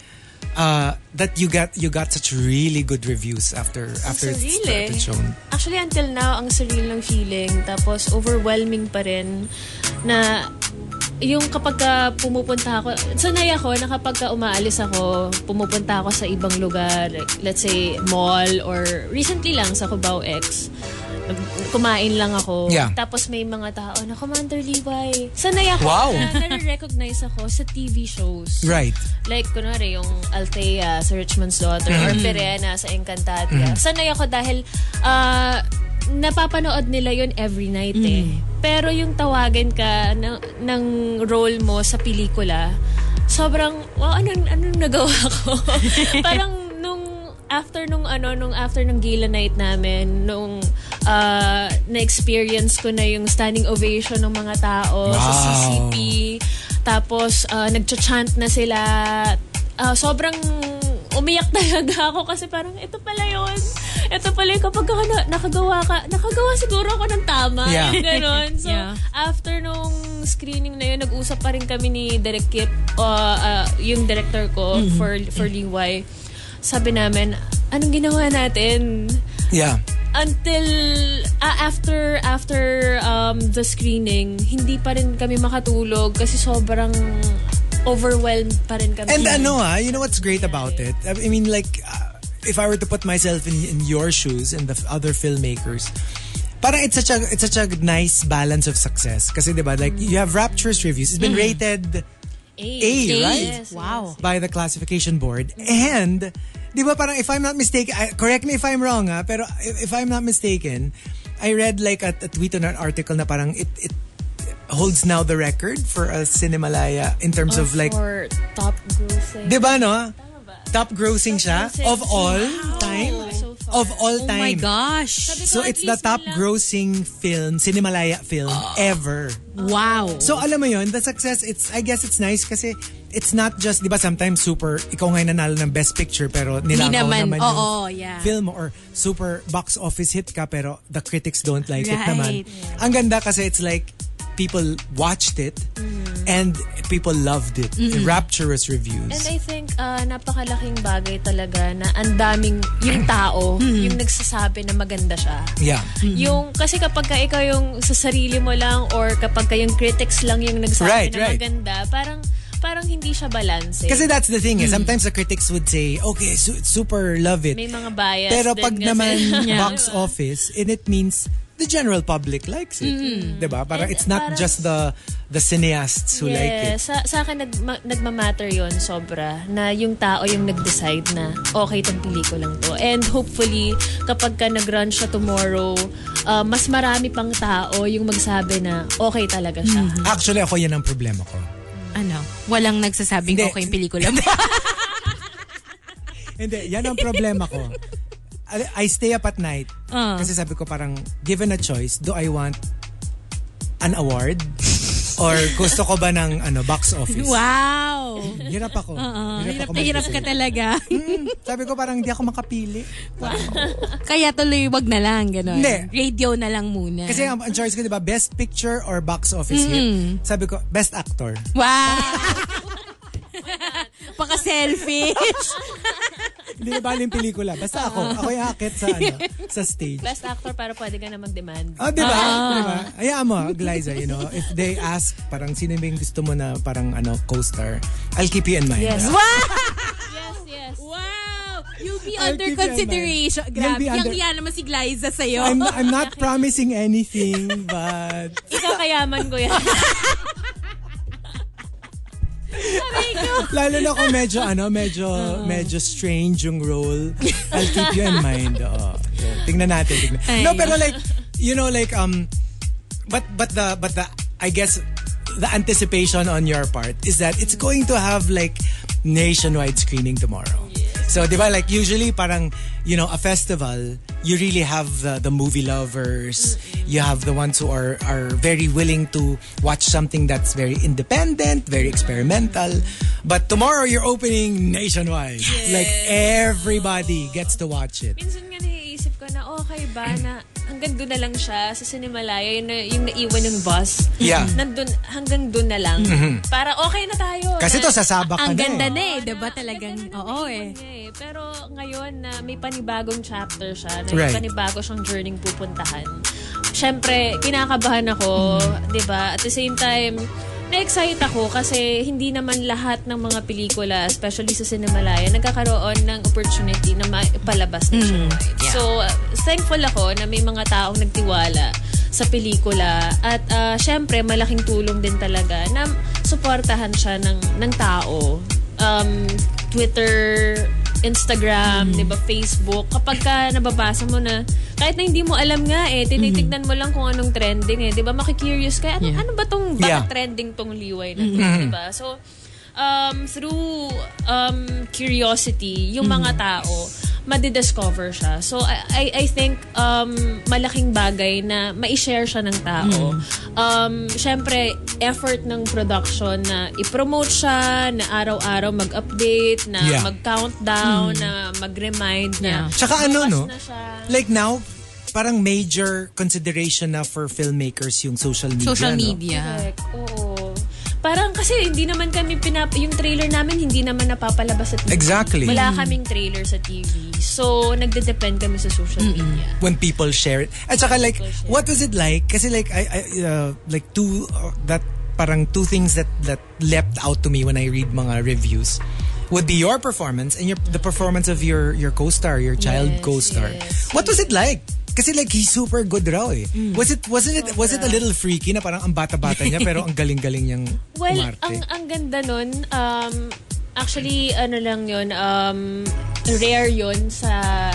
uh, that you got you got such really good reviews after after it's Surreal eh. started shown. Actually, until now, ang surreal ng feeling. Tapos, overwhelming pa rin na yung kapag ka pumupunta ako, sanay ako na kapag ka umaalis ako, pumupunta ako sa ibang lugar, like, let's say mall or recently lang sa Cubao X. nag- Kumain lang ako. Yeah. Tapos may mga tao na, Commander Liway. Sanay ako Wow. na nare-recognize ako sa TV shows. Right. Like, kunwari, yung Althea sa Richmond's Daughter or Perena sa Encantadia. Sanay ako dahil ah, napapanood nila yon every night eh. Pero yung tawagin ka ng, ng role mo sa pelikula, sobrang, wow, anong, anong nagawa ko? Parang nung after nung ano nung after nung gala night namin nung ah, na-experience ko na yung standing ovation ng mga tao sa Wow. CCP tapos, uh, nagcha-chant na sila. Ah, sobrang umiyak talaga ako kasi parang ito pala yun. Ito pala yun. Kapag ako na- nakagawa ka, nakagawa siguro ako ng tama. Yeah. Yung Ganon. So, Yeah. after nung screening na yun, nag-usap pa rin kami ni Derek Kip, uh, uh, yung director ko for, for Liway. Sabi namin, anong ginawa natin? Yeah. until ah, after after um, the screening, hindi pa rin kami makatulog kasi sobrang overwhelmed pa rin kami. And ano ah, you know what's great about it? I I mean like, uh, if I were to put myself in, in your shoes and the f- other filmmakers, parang it's such a, it's such a nice balance of success. Kasi diba, like you have rapturous reviews. It's been rated A, right? Yes, Wow. by the classification board. And, di ba parang if I'm not mistaken, I- correct me if I'm wrong ah, pero if, if I'm not mistaken, I read like a, a tweet on an article na parang it, it holds now the record for a Cinemalaya in terms of like, for top grossing. di ba no? Top grossing siya Top grossing. of all Wow. time. So far. Of all Oh time. my gosh. So At it's the least top wala. grossing film, Cinemalaya film ever. Wow. So alam mo yun, the success, it's I guess it's nice kasi it's not just, di ba sometimes super, ikaw nga yung nanalo ng best picture pero nilangaw Hindi naman. naman, yung Oo, yeah. film mo or super box office hit ka pero the critics don't like it Right. naman. Ang ganda kasi it's like people watched it and people loved it. Rapturous reviews. And I think ah, napakalaking bagay talaga na ang daming yung tao yung nagsasabi na maganda siya. Mm-hmm. yeah. Mm-hmm. Yung kasi kapag ka ikaw yung sa sarili mo lang or kapag ka yung critics lang yung Right, nagsabi na right. maganda, parang parang hindi siya balance. eh. Kasi that's the thing eh, sometimes the critics would say, okay, su- super love it. may mga bias. Pero din pag kasi. naman Yeah. box office, and it means the general public likes it. Mm-hmm. Diba? Parang And it's not parang- just the the cineasts who like it. Yeah, Sa, sa akin, nag, ma, nagmamatter yon sobra. Na yung tao yung nag-decide na okay tong pelikulang to. And hopefully, kapag ka nag-run siya tomorrow, uh, mas marami pang tao yung magsabi na okay talaga siya. Actually, ako yan ang problema ko. Ano? Walang nagsasabing Hindi. okay yung pelikula. Hindi, yan ang problema ko. I I stay up at night. Ah. Kasi sabi ko parang, given a choice, do I want an award? Or gusto ko ba ng ano box office? wow. Hirap ako. Oo, hirap ako na hirap ka mag-decide. talaga. Mm, sabi ko parang hindi ako makapili. Kaya tuloy wag na lang, gano'n. Hindi. Radio na lang muna. Kasi ang, ang choice ko, di ba, best picture or box office hit? Sabi ko, best actor. wow. Paka-selfish. Hindi na bali yung pelikula. Basta ako. Ako yung akit sa, ano, sa stage. Best actor para pwede ka na mag-demand. Oh, di ba? Di ba? Hayaan mo, Gliza, you know, if they ask, parang sino yung gusto mo na parang ano, co-star, I'll keep you in mind. Yes. Ah. Yes, yes. Wow! You'll be I'll under keep you in consideration. mind. You'll Grabe, be yung under- iya naman si Glyza sa'yo. I'm, I'm not promising anything, but... Ikakayaman ko yan. Lalo na kung medyo, ano, medyo, medyo strange yung role. I'll keep you in mind. Oo. So, tingnan natin. Tingnan. No, pero like, you know, like, um, but, but the, but the, I guess, the anticipation on your part is that it's going to have like nationwide screening tomorrow. So, di ba, like, usually parang, you know, a festival, you really have the, the movie lovers, you have the ones who are, are very willing to watch something that's very independent, very experimental. But tomorrow, you're opening nationwide. Like, everybody gets to watch it. Minsan nga naiisip naisip ko na okay ba na hanggang doon na lang siya sa Sinimalaya, yun na, yung naiwan yung bus. Yeah. Mm-hmm. Nandun, hanggang doon na lang. Para okay na tayo. Kasi to, na, sasabak ka Ang ganda na eh. na eh, Oo, diba na- talagang, ang ganda na oo naiwan eh. niya Pero ngayon na may panibagong chapter siya, na Right. may panibago siyang journey pupuntahan. Siyempre, kinakabahan ako, 'di ba? At the same time, na-excite ako kasi hindi naman lahat ng mga pelikula, especially sa Cinemalaya, nagkakaroon ng opportunity na maipalabas na siya. So, uh, thankful ako na may mga taong nagtiwala sa pelikula at uh, syempre malaking tulong din talaga na suportahan siya ng ng tao. Um, Twitter, Instagram, 'di ba, Facebook. Kapag ka nababasa mo na kahit na hindi mo alam nga eh, tinitignan mo lang kung anong trending eh, 'di ba? Makikurious ka, ano, Yeah. ano ba tong baka Yeah. Mm-hmm. trending tong liway na to, 'di ba? So um through um curiosity, yung mga Mm-hmm. tao madidiscover siya. So I I, I think um malaking bagay na mai-share siya ng tao. Mm-hmm. Um syempre effort ng production na i-promote siya, na araw-araw mag-update, na Yeah. mag-countdown, na mag-remind na. Tsaka ano, no? Bukas na siya. Like now, parang major consideration na for filmmakers yung social media. Social no? media. Correct. Oo. Parang kasi hindi naman kami pinap yung trailer namin hindi naman napapalabas sa TV. Exactly. Wala kaming trailer sa TV. So nagde-depend kami sa social media. when people share it. At saka like, People share. what was it like? Kasi like, I, I uh, like two, uh, that parang two things that, that leapt out to me when I read mga reviews would be your performance and your, the performance of your, your co-star, your child Yes, co-star. yes. Mm. What was it like? Kasi like he's super good raw eh. Was it wasn't it was it a little freaky na parang ang bata-bata niya pero ang galing-galing niyang Well, umarte? ang ang ganda nun, um, actually, ano lang yun, um, rare yun sa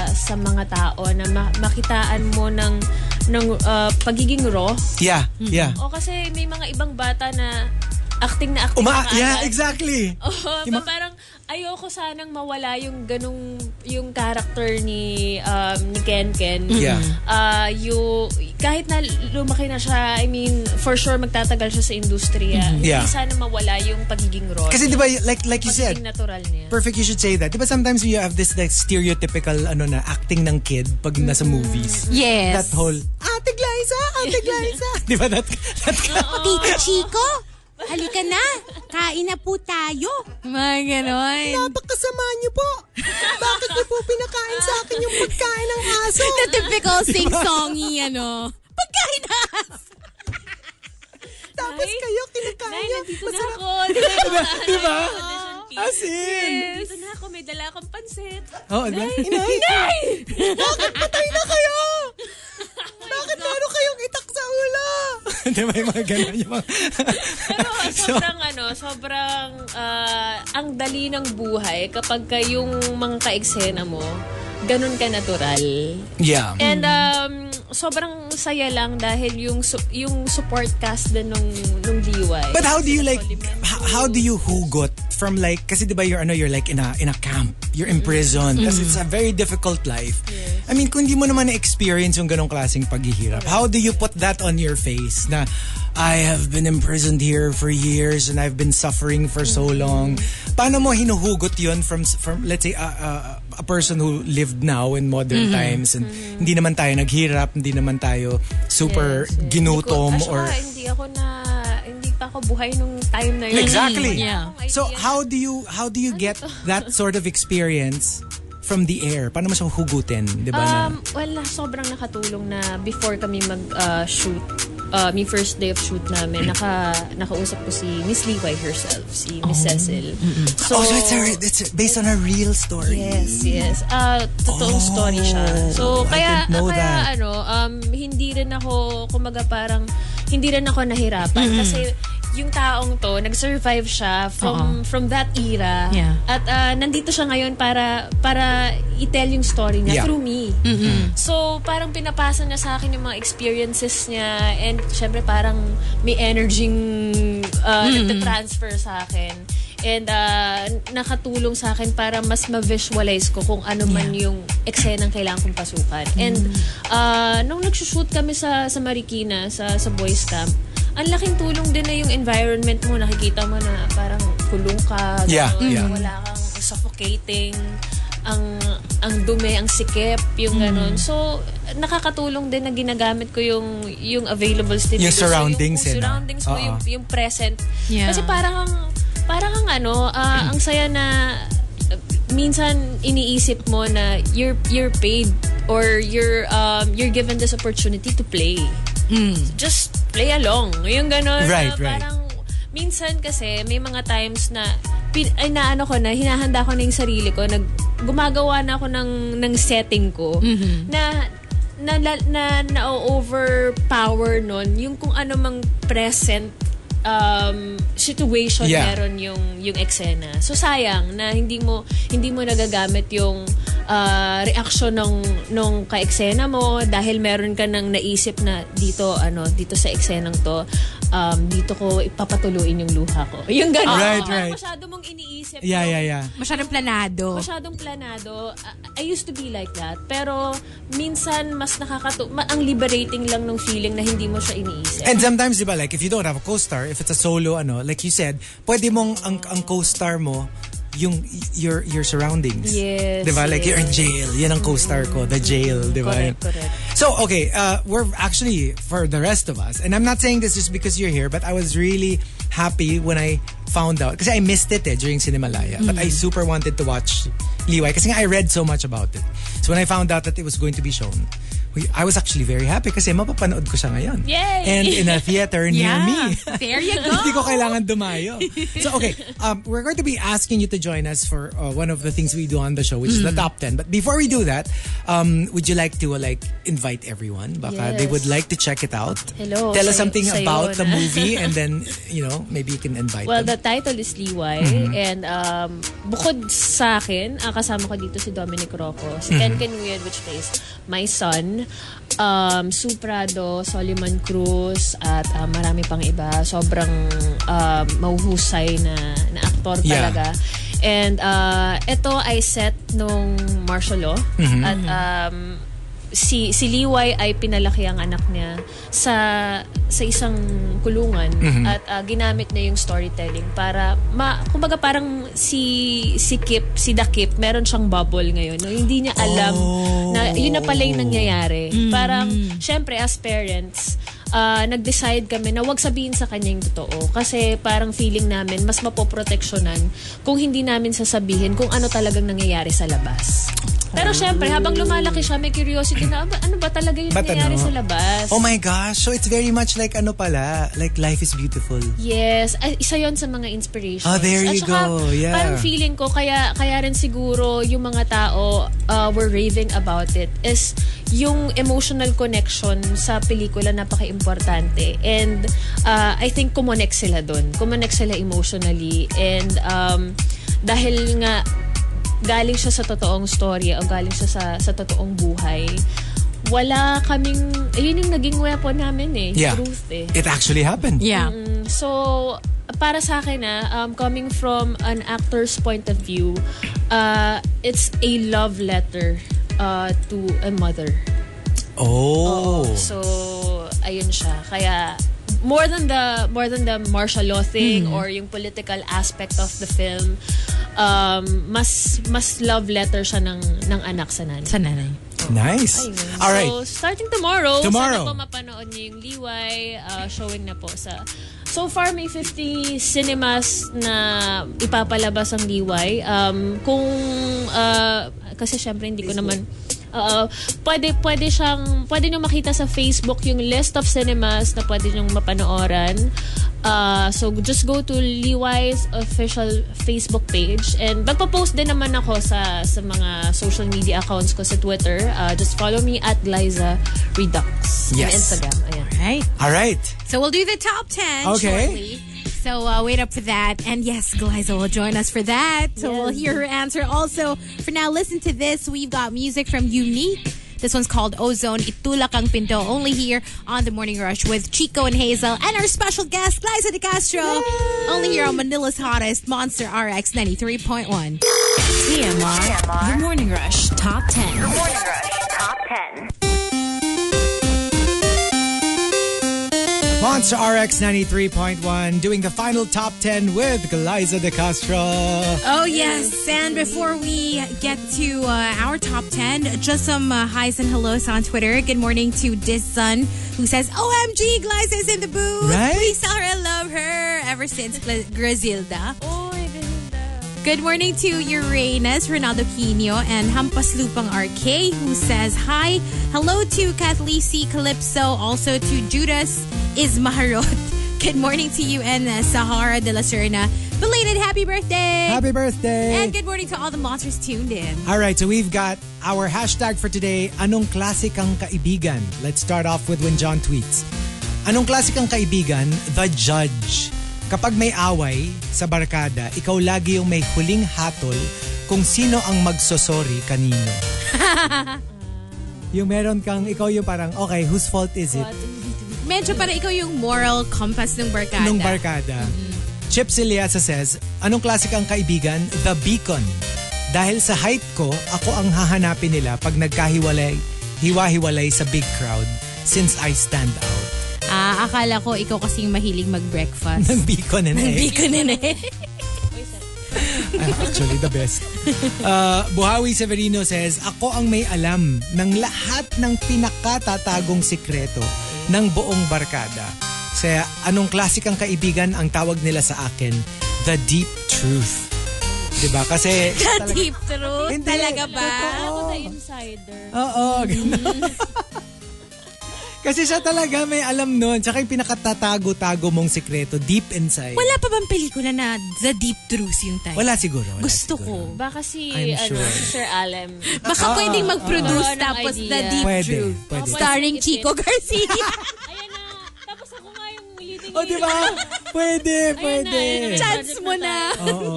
sa mga tao na ma- makitaan mo ng, ng uh, pagiging raw. yeah, yeah. O kasi may mga ibang bata na acting na acting Uma, na yeah, agad. exactly. Oo, Yung pa- mga- parang ayoko sanang mawala yung ganung yung character ni um, ni Ken Ken. Mm. Yeah. Ah, yung kahit na lumaki na siya, I mean, for sure magtatagal siya sa industriya. Mm-hmm. Yeah. Hindi sana mawala yung pagiging raw. Kasi 'di ba like like you said, Pagiging natural niya. Perfect, you should say that. Diba sometimes you have this like stereotypical ano na acting ng kid pag nasa movies. Yes. That whole Ate Glyza, Ate Glyza. diba that that Oh, Tito Chico, halika na. Kain na po tayo. Mga ganon. napakasama niyo po. Bakit niyo po pinakain sa akin yung pagkain ng aso? The typical sing-songy, ano. Pagkain na aso. Tapos Nay, kayo kinakain Nay, niyo. nandito na Masarap. ako. Diba? Diba? Diba? Audition piece. As in. Nandito na ako. May dala akong pansit. Oh, diba? Inay. Bakit patay na kayo? Oh Bakit meron kayong itak sa ulo? diba yung mga ganun yung mga... Pero sobrang ano, sobrang ah, ang dali ng buhay kapag ka yung mga kaeksena mo, ganun ka natural. yeah. And um, sobrang saya lang dahil yung su- yung support cast din nung nung DIY. But how do you like h- how do you hugot from like kasi 'di ba you're ano you're like in a in a camp, you're in prison. Kasi it's a very difficult life. I mean, kung hindi mo naman na-experience yung ganong klaseng paghihirap, how do you put that on your face na I have been imprisoned here for years and I've been suffering for so long. Paano mo hinuhugot 'yon from s- from let's say a, a- a person who lived now in modern times and hindi naman tayo naghirap, hindi naman tayo super ginutom Hindi ko- or ah, siya, hindi ako na hindi pa ako buhay nung time na yun. Exactly. Yeah. So how do you how do you get that sort of experience from the air? Paano mo siya hugutin, 'di ba? na- Um, wala, sobrang nakatulong na before kami mag-shoot, uh, may first day of shoot namin, naka, nakausap ko si Miss Liway herself, si Miss Cecil. oh, So, so it's, a, it's a- based on a real story. Yes, yes. Uh, totoong Oh, story siya. So, I kaya, didn't know kaya that. ano, um, hindi rin ako, kumaga parang, hindi rin ako nahirapan. Kasi, yung taong to, nag-survive siya from from that era. Yeah. At uh, nandito siya ngayon para para i-tell yung story Yeah. niya through me. So, parang pinapasa niya sa akin yung mga experiences niya and syempre parang may energyng uh, nagtatransfer sa akin. And uh, nakatulong sa akin para mas ma-visualize ko kung ano man yung eksenang kailangan kong pasukan. And uh, nung nagsushoot kami sa, sa Marikina, sa, sa boys camp, ang laking tulong din na yung environment mo. Nakikita mo na parang kulong ka, Yeah, ganun, yeah. wala kang suffocating ang ang dumi, ang sikip, Mm. yung ganun. So, nakakatulong din na ginagamit ko yung yung available stimulus. Yung surroundings, So, yung, eh, no? surroundings mo, Oo. yung, yung present. Yeah. Kasi parang ang- parang ang ano, Mm. ah, ang saya na ah, minsan iniisip mo na you're you're paid or you're um, you're given this opportunity to play. Just play along. Yung ganun. Mm. Right, na right. Parang minsan kasi may mga times na pin, ay naano ko na hinahanda ko na yung sarili ko nag gumagawa na ako ng ng setting ko na na na, na, na overpower nun yung kung ano mang present um, situation Yeah. meron yung yung eksena. So sayang na hindi mo hindi mo nagagamit yung ah, reaction ng nung ka-eksena mo dahil meron ka nang naisip na dito ano dito sa eksenang to um, dito ko ipapatuloyin yung luha ko. Yung ganun. Right, Parang right. Masyado mong iniisip. Yeah, yung- yeah, yeah. Masyadong planado. Masyadong planado. I, I used to be like that. Pero minsan mas nakakatu... ma- ang liberating lang ng feeling na hindi mo siya iniisip. And sometimes, di ba, like, if you don't have a co-star, if it's a solo, ano, like you said, pwede mong ang, ang co-star mo yung your your surroundings. Yes, Di ba? Like, yes. you're in jail. Yan ang co-star ko. The jail. Di ba? Correct, correct. So, okay, uh, we're actually, for the rest of us, and I'm not saying this just because you're here, but I was really happy when I found out, kasi I missed it eh, during Cinemalaya, but I super wanted to watch Liway, kasi nga I read so much about it. So when I found out that it was going to be shown, we- I was actually very happy kasi mapapanood ko siya ngayon. Yay! And in a theater near Yeah. me. There you go. Hindi ko kailangan dumayo. So okay, um, we're going to be asking you to join us for uh, one of the things we do on the show, which is the Hmm. top 10. But before we do that, um, would you like to uh, like invite everyone? Baka they would Yes. like to check it out. Hello, Tell us sayo- something sayo about the na. movie and then, you know, maybe you can invite Well, them. the title is Liway. And um, bukod sa akin, ah, kasama ko dito si Dominic Rocco, si Ken Kenwin, which plays my son, um, Sue Prado, Solomon Cruz, at ah, marami pang iba. Sobrang um, mauhusay na, na aktor Yeah. talaga. And uh, ito ay set nung martial law. At um, si, si Liway ay pinalaki ang anak niya sa sa isang kulungan at uh, ginamit na yung storytelling para ma kumbaga parang si si Kip si Dakip meron siyang bubble ngayon no? hindi niya alam na yun na pala yung nangyayari Mm. parang syempre as parents ah, nag-decide kami na wag sabihin sa kanya yung totoo. Kasi parang feeling namin, mas mapoproteksyonan kung hindi namin sasabihin kung ano talagang nangyayari sa labas. Ah. Pero syempre, habang lumalaki siya, may curiosity na, "Aba, ano ba talaga yung Ba't nangyayari ano?" sa labas? oh my gosh, so it's very much like ano pala, like life is beautiful. Yes, ay, isa yon sa mga inspirations. Ah, there you At saka, go. Yeah. Parang feeling ko, kaya, kaya rin siguro yung mga tao uh, were raving about it is yung emotional connection sa pelikula napaka-importante. And uh, I think kumonek sila dun. Kumonek sila emotionally. And um, dahil nga galing siya sa totoong story o galing siya sa, sa totoong buhay, wala kaming, ayun yung naging weapon namin eh. Yeah. Truth eh. It actually happened. Yeah. Mm, So, para sa akin na um, coming from an actor's point of view, uh, it's a love letter uh, to a mother. Oh. So, ayun siya. Kaya more than the more than the martial law thing Mm-hmm. or yung political aspect of the film, um, mas mas love letter siya ng ng anak sa nanay. Sa nanay. Nice. Ayun. All right. So, starting tomorrow, Tomorrow. sana po mapanood niyo yung Liway. uh, showing na po sa... So far, may 50 cinemas na ipapalabas ang Liway. Um, kung... uh, kasi syempre, hindi ko naman... Oo. pwede, pwede siyang... Pwede nyo makita sa Facebook yung list of cinemas na pwede nyo mapanooran. Uh, so just go to Liway's official Facebook page and magpo-post din naman ako sa sa mga social media accounts ko sa Twitter. Uh, just follow me at Liza Redux Yes. sa Instagram. Ayan. Right? All right. So we'll do the top 10 Okay. shortly. So uh, wait up for that. And yes, Glyza will join us for that. So we'll hear her answer. Also, for now, listen to this. We've got music from Unique. This one's called Ozone Itulak ang Pinto. Only here on The Morning Rush with Chico and Hazel and our special guest, Glyza De Castro. Only here on Manila's hottest Monster RX 93.1. TMR. The Morning Rush Top 10. Morning Rush Top 10. Monster Monster RX 93.1 doing the final top 10 with Galiza De Castro. Oh, yes. And before we get to uh, our top 10, just some uh, highs and hellos on Twitter. Good morning to Diz Sun, who says, OMG, Glyza is in the booth. Right? Please tell her I love her ever since Gla- Griselda. Oy, ganda. Good morning to Uranus, Ronaldo Quino, and Hampas Lupang RK, who says hi. Hello to Kathleen C. Calypso, also to Judas Ismaharot. Good morning to you and uh, Sahara de la Serna. Belated happy birthday! Happy birthday! And good morning to all the monsters tuned in. All right, so we've got our hashtag for today, Anong Klase Kang Kaibigan? Let's start off with when John tweets. Anong klase kang kaibigan? The judge. Kapag may away sa barkada, ikaw lagi yung may huling hatol kung sino ang magsosorry kanino. yung meron kang, ikaw yung parang, okay, whose fault is it? Medyo para ikaw yung moral compass ng barkada. nung barkada. Chip Siliasa says, Anong klase kang kaibigan? The Beacon. Dahil sa height ko, ako ang hahanapin nila pag nagkahiwalay, hiwa-hiwalay sa big crowd since I stand out. Ah, akala ko ikaw kasing mahilig mag-breakfast. Ng Beacon and Hindi egg. ko na eh. Actually, the best. Uh, Buhawi Severino says, Ako ang may alam ng lahat ng pinakatatagong sikreto ng buong barkada. Kaya anong klasikang kaibigan ang tawag nila sa akin? The Deep Truth. 'Di ba Kasi Deep truth? Hindi. Talaga ba? Ako the insider. Oo, ganun. Kasi siya talaga may alam nun. Tsaka yung pinakatatago-tago mong sikreto deep inside. Wala pa bang pelikula na The Deep Truth yung time? Wala siguro. wala Gusto siguro. ko. Baka si, I'm ano, sure. Sir Alem. Baka pwedeng mag-produce Oo, ng tapos idea. The Deep Ah. Pwede, Truth. pwede. Starring Once you Chico Garcia. Ayan na. Tapos ako nga yung leading O, Oh, di ba? Pwede, pwede. Chance mo na. Oo.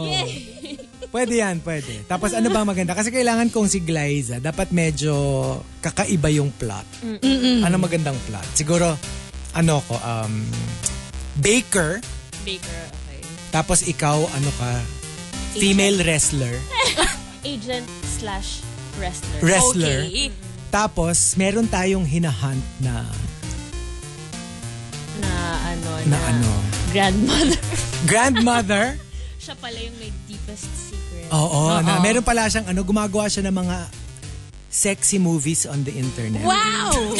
Pwede yan, pwede. Tapos ano ba maganda? Kasi kailangan kong si Glyza, dapat medyo kakaiba yung plot. Ano magandang plot? Siguro, ano ko, um, baker, Baker, okay. tapos ikaw, ano ka, female wrestler. Agent slash wrestler. Wrestler. Okay. Tapos, meron tayong hinahunt na, Na ano, na ano, grandmother. grandmother. Siya pala yung may deepest secret. Oo, na meron pala siyang ano, gumagawa siya ng mga sexy movies on the internet. Wow!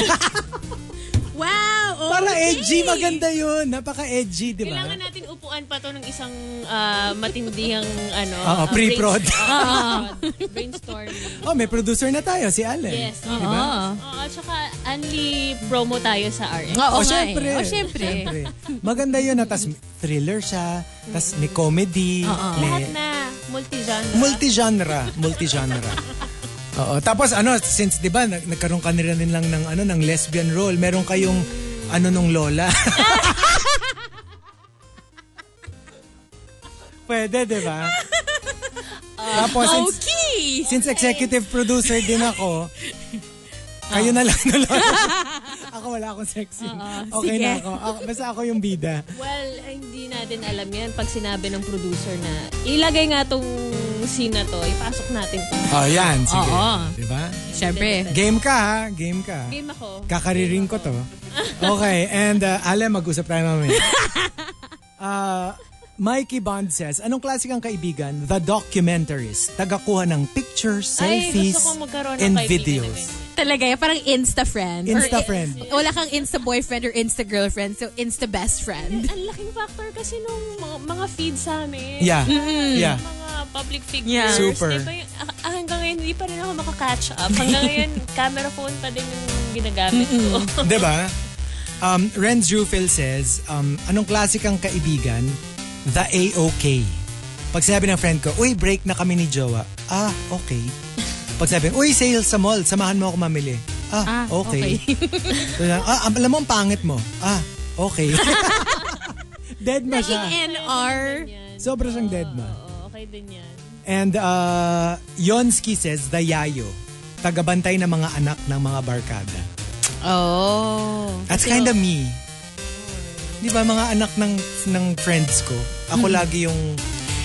wow! Para okay. edgy, maganda yun. Napaka-edgy, di ba? Kailangan natin upuan pa to ng isang ah, matindihang ano, Oo, ah, pre-prod. brains- ah, brainstorming. Oh, may producer na tayo, si Allen. Yes. Di Oh. ba? Oo, at saka only promo tayo sa RX. Oo, Oh, nga syempre. eh. Oh, syempre. Syempre. Maganda yun. na Tapos thriller siya. Tapos may comedy. Lahat May na multi-genre. multi-genre. Multi-genre. Oo. Tapos ano, since 'di ba nag- nagkaroon ka na rin lang ng ano ng lesbian role, meron kayong ano nung lola. Pwede, 'di ba? Tapos Oh, since, Okay! since executive producer din ako, kayo na lang na lola. ako wala akong sexy. okay sige. na ako. ako. Basta ako yung bida. Well, ay, hindi natin alam yan pag sinabi ng producer na ilagay nga tong scene na to, ipasok natin to. Oh, yan. Sige. Diba? Oo. 'Di ba? Syempre. Game ka ha. Game ka. Game ako. Kakariring ko to. Okay, and uh, Ale, mag-usap tayo mamaya. Uh, Mikey Bond says, Anong klase kang kaibigan? The documentarist. Tagakuha ng pictures, Ay, selfies, gusto ko magkaroon ng and kaibigan na videos. ganyan. Talaga, eh, parang insta friend. Insta friend. Wala kang insta boyfriend or insta girlfriend, so insta best friend. Ang laking factor kasi nung mga, mga feed sa amin. Yeah. Mm-hmm. Yeah. mga public figures. Yeah. Super. Diba yung- ah, ah, hanggang ngayon, hindi pa rin ako makakatch up. Hanggang ngayon, camera phone pa din yung ginagamit ko. Diba? Um, Renz Rufil says, um, Anong klase kang kaibigan? The A-OK. Pag sinabi ng friend ko, Uy, break na kami ni Jowa. Ah, okay. Pag sabi, Uy, sale sa mall. Samahan mo ako mamili. Ah, okay. So, ah, alam mo ang pangit mo. Ah, okay. dead ma siya. NR. Sobra siyang dead ma. Oo, okay din yan. And uh, Yonski says, the yayo. Tagabantay ng mga anak ng mga barkada. Oh. That's kind of me. Di ba, mga anak ng ng friends ko. Ako lagi yung